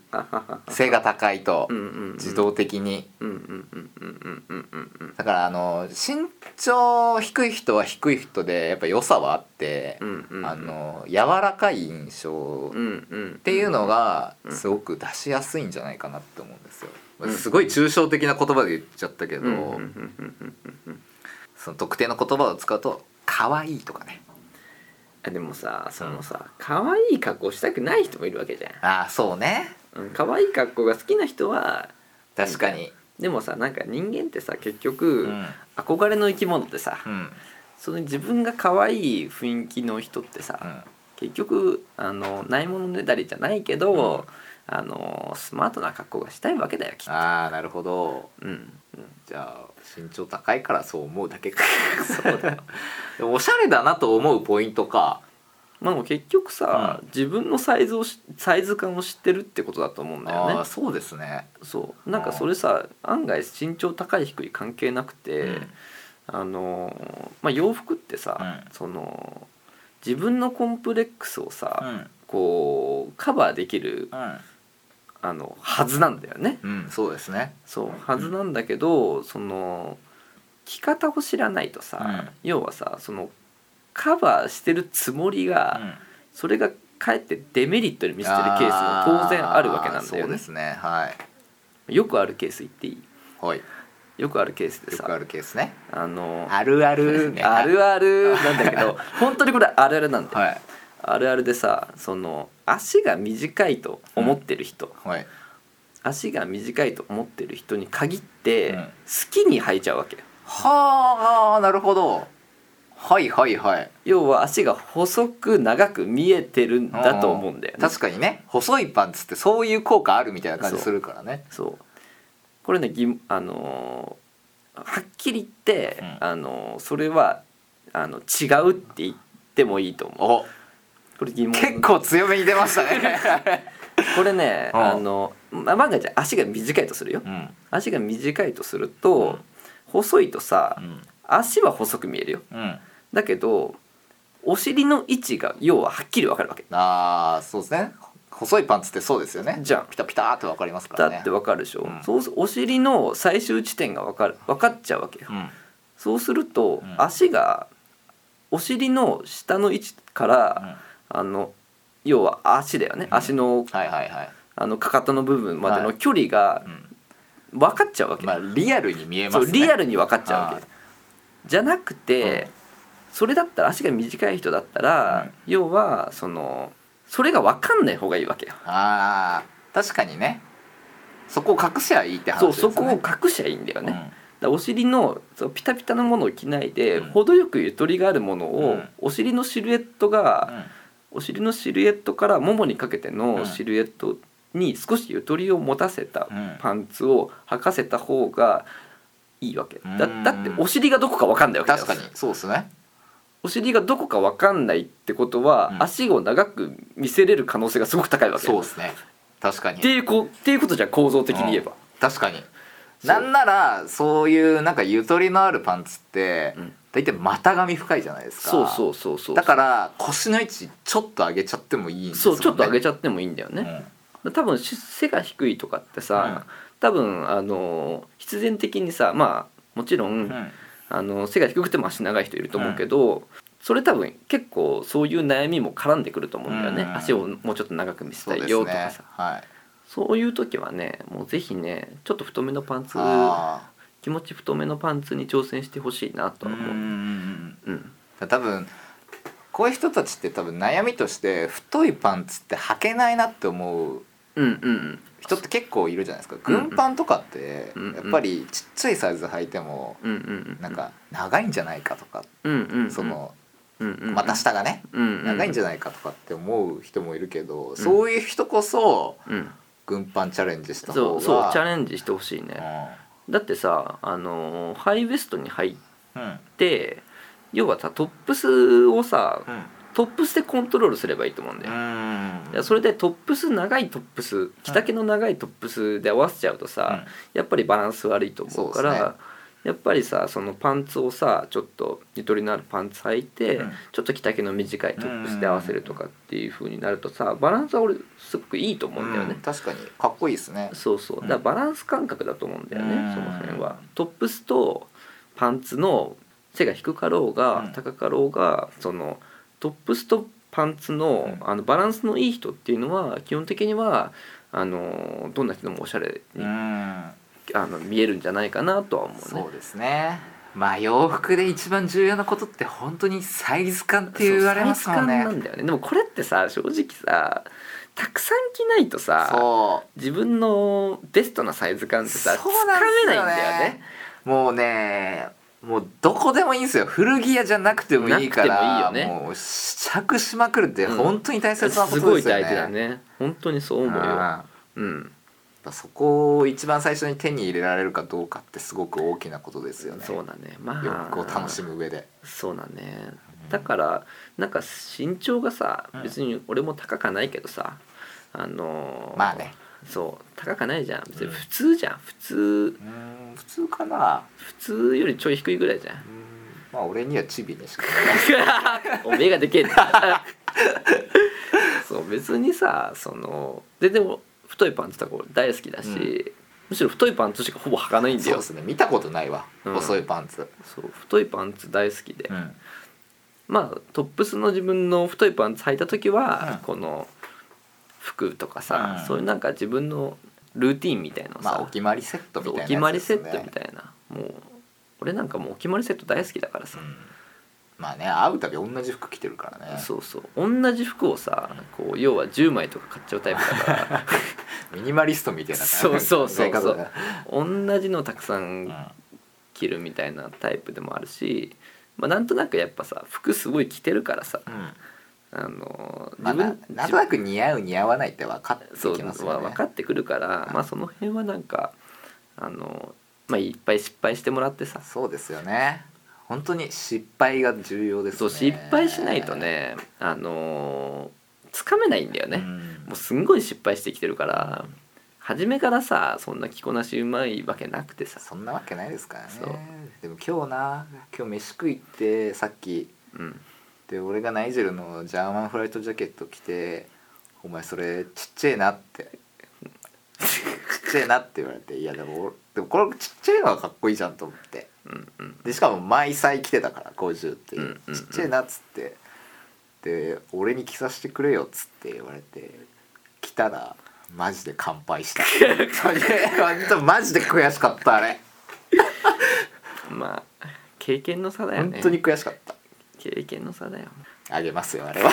[SPEAKER 1] 背が高いと
[SPEAKER 2] うんうん
[SPEAKER 1] 自動的に
[SPEAKER 2] うんうんうんうんうんうんうんうん
[SPEAKER 1] だからあの身長低い人は低い人でやっぱ良さはあって、
[SPEAKER 2] うんうんうん
[SPEAKER 1] あの柔らかい印象
[SPEAKER 2] うんうん
[SPEAKER 1] っていうのが
[SPEAKER 2] うん
[SPEAKER 1] すごく出しやすいんじゃないかなって思うんですよ。
[SPEAKER 2] うん
[SPEAKER 1] すごい抽象的な言葉で言っちゃったけど、
[SPEAKER 2] うんうんうんうんうんうんうん
[SPEAKER 1] その特定の言葉を使うと「可愛いとかね
[SPEAKER 2] あでもさそのさ可愛い格好したくない人もいるわけじゃん
[SPEAKER 1] ああそうね
[SPEAKER 2] うん可愛い格好が好きな人は
[SPEAKER 1] 確かに、
[SPEAKER 2] でもさなんか人間ってさ結
[SPEAKER 1] う
[SPEAKER 2] 局、
[SPEAKER 1] ん
[SPEAKER 2] 憧れの生き物ってさ、
[SPEAKER 1] うん
[SPEAKER 2] その自分が可愛い雰囲気の人ってさ、
[SPEAKER 1] うん、
[SPEAKER 2] 結局あのないものねだりじゃないけど、あのスマートな格好がしたいわけだよきっと。
[SPEAKER 1] ああなるほど
[SPEAKER 2] うんうん
[SPEAKER 1] じゃあ身長高いからそう思うだけ かそうだよでもおしゃれだなと思うポイントか
[SPEAKER 2] まあ、でも結局さ、自分のサイズをしサイズ感を知ってるってことだと思うんだよ
[SPEAKER 1] あ
[SPEAKER 2] ね
[SPEAKER 1] あそうですね、
[SPEAKER 2] そうなんかそれさ案外身長高い低い関係なくて、
[SPEAKER 1] うん
[SPEAKER 2] あのまあ、洋服ってさ、
[SPEAKER 1] うん
[SPEAKER 2] その自分のコンプレックスをさ、
[SPEAKER 1] うん
[SPEAKER 2] こうカバーできる
[SPEAKER 1] うん
[SPEAKER 2] あのはずなんだよね。
[SPEAKER 1] うん、そうですね
[SPEAKER 2] そうはずなんだけど、その着方を知らないと
[SPEAKER 1] う
[SPEAKER 2] さ、
[SPEAKER 1] ん
[SPEAKER 2] 要はさそのカバーしてるつもりが、
[SPEAKER 1] うん
[SPEAKER 2] それがかえってデメリットに見せてるケースも当然あるわけなんだ
[SPEAKER 1] あーそ
[SPEAKER 2] よ
[SPEAKER 1] うで
[SPEAKER 2] ね。
[SPEAKER 1] すねはい
[SPEAKER 2] よくあるケース言っていい
[SPEAKER 1] はい
[SPEAKER 2] よくあるケースで
[SPEAKER 1] よ
[SPEAKER 2] さ
[SPEAKER 1] くあるケースね
[SPEAKER 2] あの
[SPEAKER 1] あるあるね
[SPEAKER 2] あるあるなんだけど 本当にこれあるあるなんだよ、
[SPEAKER 1] はい
[SPEAKER 2] あるあるでさその足が短いと思ってる人、
[SPEAKER 1] はい
[SPEAKER 2] 足が短いと思ってる人に限って、
[SPEAKER 1] うん
[SPEAKER 2] 好きに履いちゃうわけよ
[SPEAKER 1] はあなるほどはいはいはい
[SPEAKER 2] 要は足が細く長く見えてるんだと思うんだよね
[SPEAKER 1] 確かにね細いパンツってそういう効果あるみたいな感じするからね
[SPEAKER 2] そうこれねぎんあのーはっきり言って、
[SPEAKER 1] うん
[SPEAKER 2] あのーそれはあの違うって言ってもいいと思う
[SPEAKER 1] お
[SPEAKER 2] これ疑問
[SPEAKER 1] 結構強めに出ました ね
[SPEAKER 2] これね、
[SPEAKER 1] うん
[SPEAKER 2] あのま万が一足が短いとするよ
[SPEAKER 1] うん
[SPEAKER 2] 足が短いとすると、
[SPEAKER 1] うん
[SPEAKER 2] 細いとさ、
[SPEAKER 1] うん
[SPEAKER 2] 足は細く見えるよ
[SPEAKER 1] うん
[SPEAKER 2] だけどお尻の位置が要ははっきりわかるわけ
[SPEAKER 1] ああそうですね細いパンツってそうですよね
[SPEAKER 2] じゃん
[SPEAKER 1] ピタピターってわかりますか
[SPEAKER 2] だ
[SPEAKER 1] ら
[SPEAKER 2] っ
[SPEAKER 1] ね
[SPEAKER 2] てわかるでしょ、
[SPEAKER 1] うん
[SPEAKER 2] そうすお尻の最終地点がわかるわかっちゃうわけよ、
[SPEAKER 1] うん
[SPEAKER 2] そうすると、
[SPEAKER 1] うん
[SPEAKER 2] 足がお尻の下の位置から、あの要は足だよね、
[SPEAKER 1] うん
[SPEAKER 2] 足の
[SPEAKER 1] はいはいはい、
[SPEAKER 2] あのかかとの部分まで
[SPEAKER 1] は
[SPEAKER 2] の
[SPEAKER 1] い
[SPEAKER 2] 距離が
[SPEAKER 1] うん
[SPEAKER 2] 分かっちゃうわけ、
[SPEAKER 1] まあリアルに見え
[SPEAKER 2] そ
[SPEAKER 1] ま
[SPEAKER 2] う
[SPEAKER 1] すね
[SPEAKER 2] リアルに分かっちゃうわ
[SPEAKER 1] は
[SPEAKER 2] け
[SPEAKER 1] い
[SPEAKER 2] じゃなくて、
[SPEAKER 1] うん
[SPEAKER 2] それだったら足が短い人だったら、要はそのそれが分かんない方がいいわけよ。
[SPEAKER 1] あー確かにねそこを隠せばいいって話
[SPEAKER 2] そ
[SPEAKER 1] で
[SPEAKER 2] う
[SPEAKER 1] すよ
[SPEAKER 2] そ
[SPEAKER 1] ね
[SPEAKER 2] こを隠しちゃいいんだよね、
[SPEAKER 1] う
[SPEAKER 2] だか
[SPEAKER 1] ん
[SPEAKER 2] らお尻のそうピタピタのものを着ないで、
[SPEAKER 1] うん
[SPEAKER 2] 程よくゆとりがあるもの
[SPEAKER 1] う
[SPEAKER 2] を、
[SPEAKER 1] ん
[SPEAKER 2] お尻のシルエットが、
[SPEAKER 1] うん
[SPEAKER 2] お尻のシルエットからももにかけて
[SPEAKER 1] う
[SPEAKER 2] の
[SPEAKER 1] ん
[SPEAKER 2] シルエットに少しゆとりを持たせた
[SPEAKER 1] うん
[SPEAKER 2] パンツを履かせた方がいいわけだ
[SPEAKER 1] うん
[SPEAKER 2] だってお尻がどこか分かんないわけだよ
[SPEAKER 1] 確かにそうですね
[SPEAKER 2] お尻がどこか分かんないってことは、
[SPEAKER 1] うん
[SPEAKER 2] 足を長く見せれる可能性がすごく高いわけ
[SPEAKER 1] そう
[SPEAKER 2] っ
[SPEAKER 1] ですね確かに
[SPEAKER 2] ていうこっていうことじゃん構造的に言えば、
[SPEAKER 1] 確かに
[SPEAKER 2] う
[SPEAKER 1] なんならそういうなんかゆとりのあるパンツって
[SPEAKER 2] うん
[SPEAKER 1] 大体股上深いじゃないですか
[SPEAKER 2] そうそうそうそう
[SPEAKER 1] だから腰の位置ちょっと上げちゃってもいいんです
[SPEAKER 2] そうちょっと上げ
[SPEAKER 1] ち
[SPEAKER 2] ちゃってもいいんだよ
[SPEAKER 1] ゃ
[SPEAKER 2] ね、多分し背が低いとかってさ、多分あの必然的にさまあもちろん、
[SPEAKER 1] うん
[SPEAKER 2] あの背が低くても足長い人いると思うけど、それ多分結構そういう悩みも絡んでくると思うんだよね、
[SPEAKER 1] うん
[SPEAKER 2] 足をもうちょっと長く見せ
[SPEAKER 1] そ
[SPEAKER 2] た
[SPEAKER 1] うで
[SPEAKER 2] い
[SPEAKER 1] す
[SPEAKER 2] よとか
[SPEAKER 1] ね
[SPEAKER 2] さ
[SPEAKER 1] はい
[SPEAKER 2] そう,、いう時はねもうぜひねちょっと太めのパンツ
[SPEAKER 1] あ
[SPEAKER 2] 気持ち太めのパンツに挑戦してほしいな
[SPEAKER 1] ー
[SPEAKER 2] とは
[SPEAKER 1] うんうんう
[SPEAKER 2] 思う、
[SPEAKER 1] ん
[SPEAKER 2] うん、
[SPEAKER 1] うん多分こういう人たちって多分悩みとして太いパンツって履けないなって思う
[SPEAKER 2] うんうん
[SPEAKER 1] 人って結構いるじゃないですか
[SPEAKER 2] うん
[SPEAKER 1] 軍パンとかって
[SPEAKER 2] うんうん
[SPEAKER 1] やっぱりちっちゃいサイズ履いても
[SPEAKER 2] うんうんうん
[SPEAKER 1] なんか長いんじゃないかとか
[SPEAKER 2] うんうんうん
[SPEAKER 1] その
[SPEAKER 2] うんうんうん
[SPEAKER 1] また下がね
[SPEAKER 2] うんうん
[SPEAKER 1] 長いんじ
[SPEAKER 2] ゃ
[SPEAKER 1] ゃないかとかって思う人もいるけどそういう人こそ
[SPEAKER 2] うん
[SPEAKER 1] 軍パンチャレンジした
[SPEAKER 2] そ
[SPEAKER 1] 方
[SPEAKER 2] う
[SPEAKER 1] が
[SPEAKER 2] そうチャレンジしてほしいね
[SPEAKER 1] う
[SPEAKER 2] だってさあのハイウエストに入っ
[SPEAKER 1] んうん
[SPEAKER 2] て要はさトップスをさ
[SPEAKER 1] うん
[SPEAKER 2] トップスでコントロールすればいいと思うんだよ、いやそれでトップス長いトップス着丈の長いトップスで合わせちゃうとさ、やっぱりバランス悪いと思うから
[SPEAKER 1] そうです
[SPEAKER 2] やっぱりさそのパンツをさちょっとゆとりのあるパンツ履いて、
[SPEAKER 1] うん
[SPEAKER 2] ちょっと着丈の短いトップスで合わせるとかっていう風になるとさバランスは俺すごくいいと思うんだよね、
[SPEAKER 1] うん確かにかっこいいですね
[SPEAKER 2] そうそう
[SPEAKER 1] う
[SPEAKER 2] だ
[SPEAKER 1] ん
[SPEAKER 2] からバランス感覚だと思うんだよね、
[SPEAKER 1] うん
[SPEAKER 2] その辺はトップスとパンツの背が低かろうが、
[SPEAKER 1] うん
[SPEAKER 2] 高かろうがそのトップスとパンツの,、
[SPEAKER 1] う
[SPEAKER 2] あのバランスのいい人っていうのは基本的にはあのどんな人でもおしゃれに、
[SPEAKER 1] うん
[SPEAKER 2] あの見えるんじゃないかなとは思うね
[SPEAKER 1] そうですねまあ洋服で一番重要なことって本当にサイズ感って言われますもん
[SPEAKER 2] そうサイズ感な
[SPEAKER 1] ね
[SPEAKER 2] んだよねでもこれってさ正直さたくさん着ないとさ
[SPEAKER 1] そ
[SPEAKER 2] 自分のベストなサイズ感っ
[SPEAKER 1] う
[SPEAKER 2] てさつか
[SPEAKER 1] そうなんです
[SPEAKER 2] めない
[SPEAKER 1] よ
[SPEAKER 2] んだよね
[SPEAKER 1] ねもうねもうどこでもいいんですよ古着屋じゃなくてもいいから
[SPEAKER 2] なくてもいいよね
[SPEAKER 1] もう試着しまくるって
[SPEAKER 2] うん
[SPEAKER 1] 本当に大切なことですすよ
[SPEAKER 2] ご
[SPEAKER 1] ね、
[SPEAKER 2] い大事だね本当にそう
[SPEAKER 1] うん
[SPEAKER 2] 思うよ、
[SPEAKER 1] や
[SPEAKER 2] うん、
[SPEAKER 1] っぱそこを一番最初に手に入れられるかどうかってすごく大きなことですよね
[SPEAKER 2] そうだねまあ
[SPEAKER 1] 洋服を楽しむ上で
[SPEAKER 2] そうだねだからなんか身長がさ
[SPEAKER 1] うん
[SPEAKER 2] 別に俺も高かないけどさあのー
[SPEAKER 1] まあね
[SPEAKER 2] そう高かないじゃん別に
[SPEAKER 1] うん
[SPEAKER 2] 普通じゃん普通
[SPEAKER 1] うん普通かな
[SPEAKER 2] 普通よりちょい低いぐらいじゃん
[SPEAKER 1] うんまあ俺にはチビにしか
[SPEAKER 2] おめえがでけえん だそう別にさその全然太いパンツとか俺大好きだし、
[SPEAKER 1] う
[SPEAKER 2] むしろ太いパンツしかほぼ履かないんだ
[SPEAKER 1] そう
[SPEAKER 2] よ
[SPEAKER 1] ですね見たことないわ、
[SPEAKER 2] うん
[SPEAKER 1] 細いパンツ、
[SPEAKER 2] そう太いパンツ大好きで、まあトップスの自分の太いパンツ履いた時は、
[SPEAKER 1] うん
[SPEAKER 2] この服とかさ、
[SPEAKER 1] うん
[SPEAKER 2] そういうなんか自分のルーティンみたいなのをさ、
[SPEAKER 1] まあお決まりセットみ
[SPEAKER 2] そう
[SPEAKER 1] たいな
[SPEAKER 2] お
[SPEAKER 1] やつ
[SPEAKER 2] 決まりセットみ
[SPEAKER 1] い
[SPEAKER 2] たいな、もう俺なんかもうお決まりセット大好きだからさ、
[SPEAKER 1] まあね会うたび同じ服着てるからね
[SPEAKER 2] そうそう同じ服をさこう要は10枚とか買っちゃうタイプだから
[SPEAKER 1] ミニマリストみたいな
[SPEAKER 2] そうそうそうそう
[SPEAKER 1] 考え方だね
[SPEAKER 2] 同じのたくさ
[SPEAKER 1] うんん
[SPEAKER 2] 着るみたいなタイプでもあるし、まあ、なんとなくやっぱさ服すごい着てるからさあの
[SPEAKER 1] まあ、ななんとなく似合う似合わないって分かって
[SPEAKER 2] そう
[SPEAKER 1] きます
[SPEAKER 2] まあ
[SPEAKER 1] よね
[SPEAKER 2] 分かってくるから、
[SPEAKER 1] うん
[SPEAKER 2] まあその辺はなんかあの、まあ、いっぱい失敗してもらってさ、
[SPEAKER 1] そうですよね本当に失敗が重要ですね
[SPEAKER 2] そう失敗しないとねあのつかめないんだよね、
[SPEAKER 1] うん
[SPEAKER 2] もうすんごい失敗してきてるから初めからさそんな着こなしうまいわけなくてさ、
[SPEAKER 1] そんなわけないですからね
[SPEAKER 2] そう
[SPEAKER 1] でも今日な今日飯食いってさっき
[SPEAKER 2] うん、
[SPEAKER 1] で俺がナイジェルのジャーマンフライトジャケット着て「お前それちっちゃいな」って「ちっちゃいな」って言われて「いやでも俺でもこれちっちゃいのがかっこいいじゃん」と思って
[SPEAKER 2] うんうん
[SPEAKER 1] でしかも毎歳着てたから50っていう,、
[SPEAKER 2] うんうんうん
[SPEAKER 1] ちっちゃいなっつってで「俺に着させてくれよ」っつって言われて着たらマジで乾杯 した 本当マジで悔しかったあれ
[SPEAKER 2] まあ経験の差だよ
[SPEAKER 1] 本
[SPEAKER 2] ね
[SPEAKER 1] 当に悔しかった
[SPEAKER 2] 経験の差だよ
[SPEAKER 1] あげますよあれ は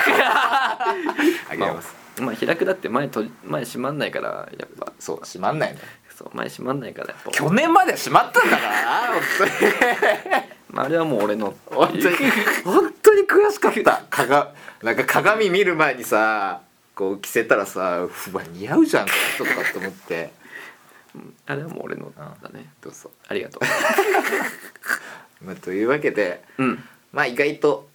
[SPEAKER 1] あげます、
[SPEAKER 2] まあ開くだって前と前閉まんないからやっぱ
[SPEAKER 1] そう閉まんないね
[SPEAKER 2] そう前閉まんないからやっぱ
[SPEAKER 1] 去年までは閉まったんだから本
[SPEAKER 2] まあ、あれはもう俺の
[SPEAKER 1] 当に本当に本当に悔しかった かがなんか鏡見る前にさこう着せたらさうわ似合うじゃんこの人とかって思って
[SPEAKER 2] あれはもう俺のだね
[SPEAKER 1] どうぞ、
[SPEAKER 2] ありがと
[SPEAKER 1] まあ、というわけで
[SPEAKER 2] ううん
[SPEAKER 1] まあ意外と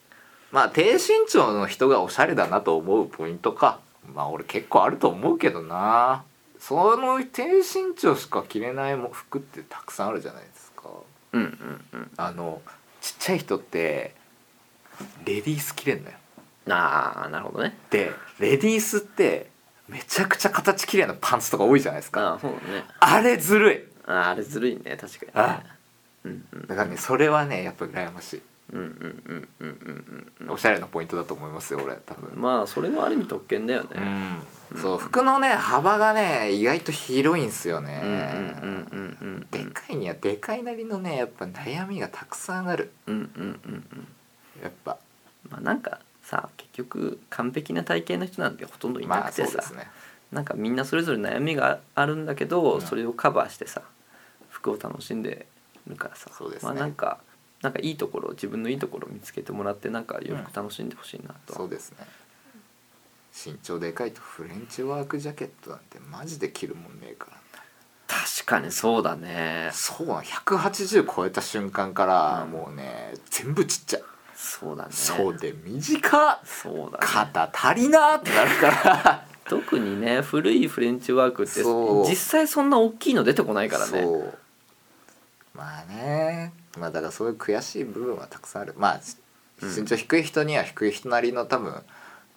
[SPEAKER 1] まあ低身長の人がおしゃれだなと思うポイントかまあ俺結構あると思うけどなその低身長しか着れないも服ってたくさんあるじゃないですか
[SPEAKER 2] うんうんうん
[SPEAKER 1] あのちっちゃい人ってレディース着れんのよ
[SPEAKER 2] ああなるほどね
[SPEAKER 1] でレディースってめちゃくちゃ形綺麗なパンツとか多いじゃないですか、
[SPEAKER 2] あそうだね
[SPEAKER 1] あれずるい
[SPEAKER 2] ああれずるいね確かにね
[SPEAKER 1] あ
[SPEAKER 2] うんうん
[SPEAKER 1] だからねそれはねやっぱ羨ましい
[SPEAKER 2] うんうんうんうんうんうん
[SPEAKER 1] おしゃれなポイントだと思いますよ俺多分
[SPEAKER 2] まあそれもある意味特権だよね、
[SPEAKER 1] うんそう服のね幅がね意外と広いんすよね、
[SPEAKER 2] うんうんうんうん
[SPEAKER 1] でかいにはでかいなりのねやっぱ悩みがたくさんある
[SPEAKER 2] うんうんうんうん
[SPEAKER 1] やっぱ
[SPEAKER 2] まあなんかさ結局完璧な体型の人なんてほとんどいな
[SPEAKER 1] まあ
[SPEAKER 2] く
[SPEAKER 1] そ
[SPEAKER 2] て
[SPEAKER 1] う
[SPEAKER 2] さ、
[SPEAKER 1] ですね
[SPEAKER 2] なんかみんなそれぞれ悩みがあるんだけど、
[SPEAKER 1] うん
[SPEAKER 2] それをカバーしてさ服を楽しんでるからさ
[SPEAKER 1] そうですね
[SPEAKER 2] まあなんかなんかいいところ自分のいいところを見つけてもらってなんか洋服楽しんでほしいなと、
[SPEAKER 1] そうですね身長でかいとフレンチワークジャケットなんてマジで着るもんねえから
[SPEAKER 2] 確かにそうだね
[SPEAKER 1] そうなの180超えた瞬間から
[SPEAKER 2] うん
[SPEAKER 1] もうね全部ちっちゃい
[SPEAKER 2] そうだね
[SPEAKER 1] そうで短っ
[SPEAKER 2] そうだね
[SPEAKER 1] 肩足りなってなるから
[SPEAKER 2] 特にね古いフレンチワークって
[SPEAKER 1] そう
[SPEAKER 2] 実際そんな大きいの出てこないからね
[SPEAKER 1] そうまあねまあだからそういう悔しい部分はたくさんあるまあ
[SPEAKER 2] うん
[SPEAKER 1] 身長低い人には低い人なりの多分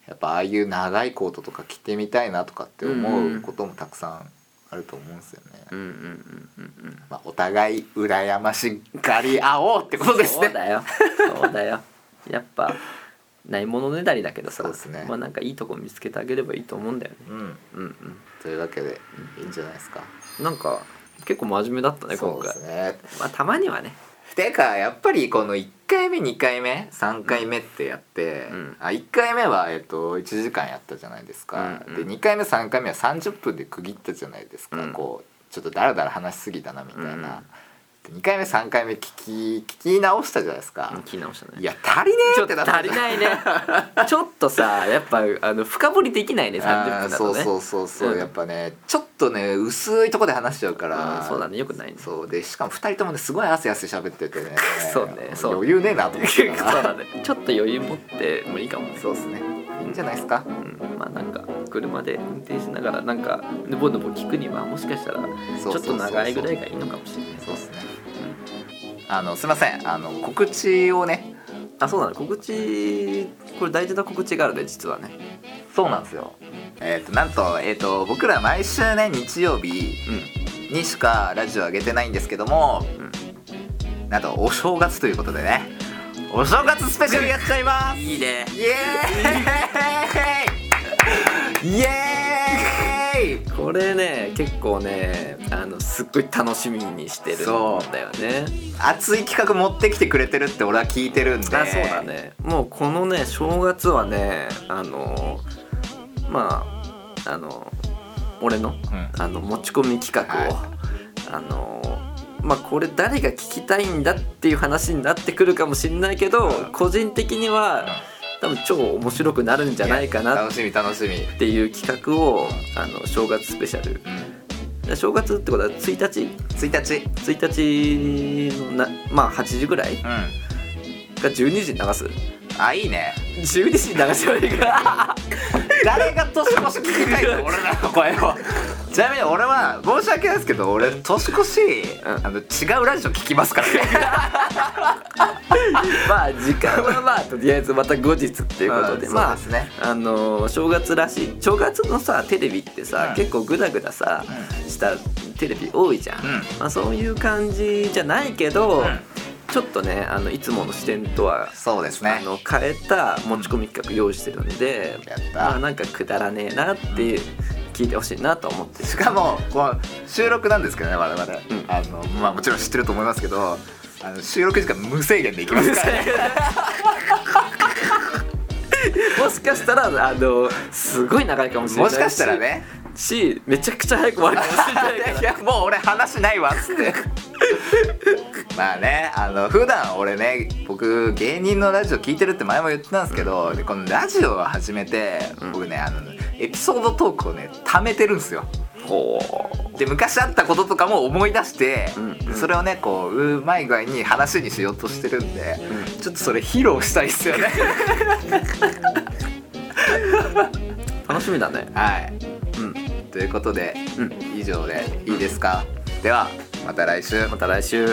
[SPEAKER 1] やっぱああいう長いコートとか着てみたいなとかって思うこともたくさんあると思うんですよね、
[SPEAKER 2] うんうんうんうんうん
[SPEAKER 1] まあ、お互い羨ましがり合おうってことです
[SPEAKER 2] そう
[SPEAKER 1] ね
[SPEAKER 2] だよそうだよやっぱないものねだりだけどさ
[SPEAKER 1] そうですね
[SPEAKER 2] まあなんかいいとこ見つけてあげればいいと思うんだよね
[SPEAKER 1] うん
[SPEAKER 2] うんうん
[SPEAKER 1] というわけでいいんじゃないですか、
[SPEAKER 2] なんか結構真面目だったね今
[SPEAKER 1] そうで
[SPEAKER 2] 回、
[SPEAKER 1] すね
[SPEAKER 2] まあたまにはね
[SPEAKER 1] てかやっぱりこの1回目2回目3回目ってやって、
[SPEAKER 2] うん
[SPEAKER 1] あ1回目は、えっと1時間やったじゃないですか、
[SPEAKER 2] うんうん
[SPEAKER 1] で2回目3回目は30分で区切ったじゃないですか、
[SPEAKER 2] うん
[SPEAKER 1] こうちょっとダラダラ話しすぎたなみたいな、
[SPEAKER 2] う
[SPEAKER 1] で2回目3回目聞き聞き直したじゃないです
[SPEAKER 2] うん
[SPEAKER 1] か、
[SPEAKER 2] 聞き直したね
[SPEAKER 1] いや足りね
[SPEAKER 2] ち
[SPEAKER 1] え
[SPEAKER 2] ょ
[SPEAKER 1] っ
[SPEAKER 2] っと
[SPEAKER 1] てなった
[SPEAKER 2] 足りないねちょっとさやっぱあの深掘りできないね30
[SPEAKER 1] あ
[SPEAKER 2] 分
[SPEAKER 1] ー
[SPEAKER 2] だ
[SPEAKER 1] そ
[SPEAKER 2] と
[SPEAKER 1] う
[SPEAKER 2] ね
[SPEAKER 1] そうそうそう、
[SPEAKER 2] うん
[SPEAKER 1] やっぱねちょっとね薄いとこで話しちゃうから、
[SPEAKER 2] うんそうだねよくないね
[SPEAKER 1] そうでしかも2人ともねすごい汗汗喋っててね
[SPEAKER 2] そうねそう
[SPEAKER 1] 余裕ねえなと思って
[SPEAKER 2] そうだねちょっと余裕持ってもいいかもね
[SPEAKER 1] そうですねいいんじゃないですか
[SPEAKER 2] うんまあなんか車で運転しながらなんかぬぼぬぼ聞くにはもしかしたらち
[SPEAKER 1] そう
[SPEAKER 2] ょ
[SPEAKER 1] そ
[SPEAKER 2] っ
[SPEAKER 1] う
[SPEAKER 2] と
[SPEAKER 1] そう
[SPEAKER 2] 長いぐらいがいいのかもしれない
[SPEAKER 1] そうですねあのすいませんあの告知をね
[SPEAKER 2] あそうなの告知これ大事な告知があるね実はね
[SPEAKER 1] そうなんですよえっ、となんと,、えー、と僕ら毎週ね日曜日
[SPEAKER 2] う
[SPEAKER 1] にしかラジオ上げてないんですけども
[SPEAKER 2] ん、うん、
[SPEAKER 1] なんとお正月ということでねお正月スペシャルやっちゃいます
[SPEAKER 2] いいね
[SPEAKER 1] イエーイイエーイ
[SPEAKER 2] これね結構ねあのすっごい楽しみにしてるん
[SPEAKER 1] そう
[SPEAKER 2] だよね
[SPEAKER 1] 熱い企画持ってきてくれてるって俺は聞いてるんで
[SPEAKER 2] あそうだねもうこのね正月はねあのまああの俺の
[SPEAKER 1] うん
[SPEAKER 2] あの持ち込み企画を、
[SPEAKER 1] は
[SPEAKER 2] あのまあこれ誰が聞きたいんだっていう話になってくるかもしれないけど、
[SPEAKER 1] うん
[SPEAKER 2] 個人的には多分超面白くなるんじゃないかなっ
[SPEAKER 1] 楽しみ楽しみ
[SPEAKER 2] ていう企画をあの正月スペシャル
[SPEAKER 1] うん
[SPEAKER 2] で正月ってことは1日
[SPEAKER 1] 1日
[SPEAKER 2] 1日のなまあ8時ぐらいが
[SPEAKER 1] う
[SPEAKER 2] 12時に流す
[SPEAKER 1] んあいいね
[SPEAKER 2] 12時に流せばいいから
[SPEAKER 1] 誰が年越し聞きたいの 俺らの声をちなみに俺は申し訳ないですけど俺年越し、
[SPEAKER 2] ん
[SPEAKER 1] あの違うラジオ聞きますからね
[SPEAKER 2] まあ時間はまあとりあえずまた後日っていうことで、
[SPEAKER 1] うんそ
[SPEAKER 2] まあ
[SPEAKER 1] うですね
[SPEAKER 2] あのー正月らしい正月のさテレビってさ、
[SPEAKER 1] うん
[SPEAKER 2] 結構グダグダさ、したテレビ多いじゃん、
[SPEAKER 1] うん
[SPEAKER 2] まあ、そういう感じじゃないけど、
[SPEAKER 1] うん
[SPEAKER 2] ちょっとねあのいつもの視点とは、
[SPEAKER 1] そうです
[SPEAKER 2] あ
[SPEAKER 1] ね
[SPEAKER 2] の変えた持ち込み企画用意してるんで、
[SPEAKER 1] やった
[SPEAKER 2] まあ、なんかくだらねえなっていう、聞いてほしいなと思ってる
[SPEAKER 1] しかもこう収録なんですけどね我々、
[SPEAKER 2] ん
[SPEAKER 1] あのまあもちろん知ってると思いますけどあの収録時間無制限でいきますからね
[SPEAKER 2] もしかしたらあのすごい長いかもしれな
[SPEAKER 1] も
[SPEAKER 2] い
[SPEAKER 1] しかしたらね
[SPEAKER 2] しめちゃくちゃ早く終わるかもしれないか ら
[SPEAKER 1] いやもう俺話ないわっつってまあねあの普段俺ね僕芸人のラジオ聞いてるって前も言ってたんですけど、でこのラジオを始めて
[SPEAKER 2] うん
[SPEAKER 1] 僕ねあのエピソードトークをね貯めてるんですよ
[SPEAKER 2] ほ
[SPEAKER 1] で昔あったこととかも思い出して、
[SPEAKER 2] うん
[SPEAKER 1] でそれをねこううまい具合に話にしようとしてるんで、
[SPEAKER 2] う
[SPEAKER 1] ちょっとそれ披露したいっすよね
[SPEAKER 2] う楽しみだね
[SPEAKER 1] はい
[SPEAKER 2] うん
[SPEAKER 1] ということで
[SPEAKER 2] うん
[SPEAKER 1] 以上でいいですかではまた来週
[SPEAKER 2] また来週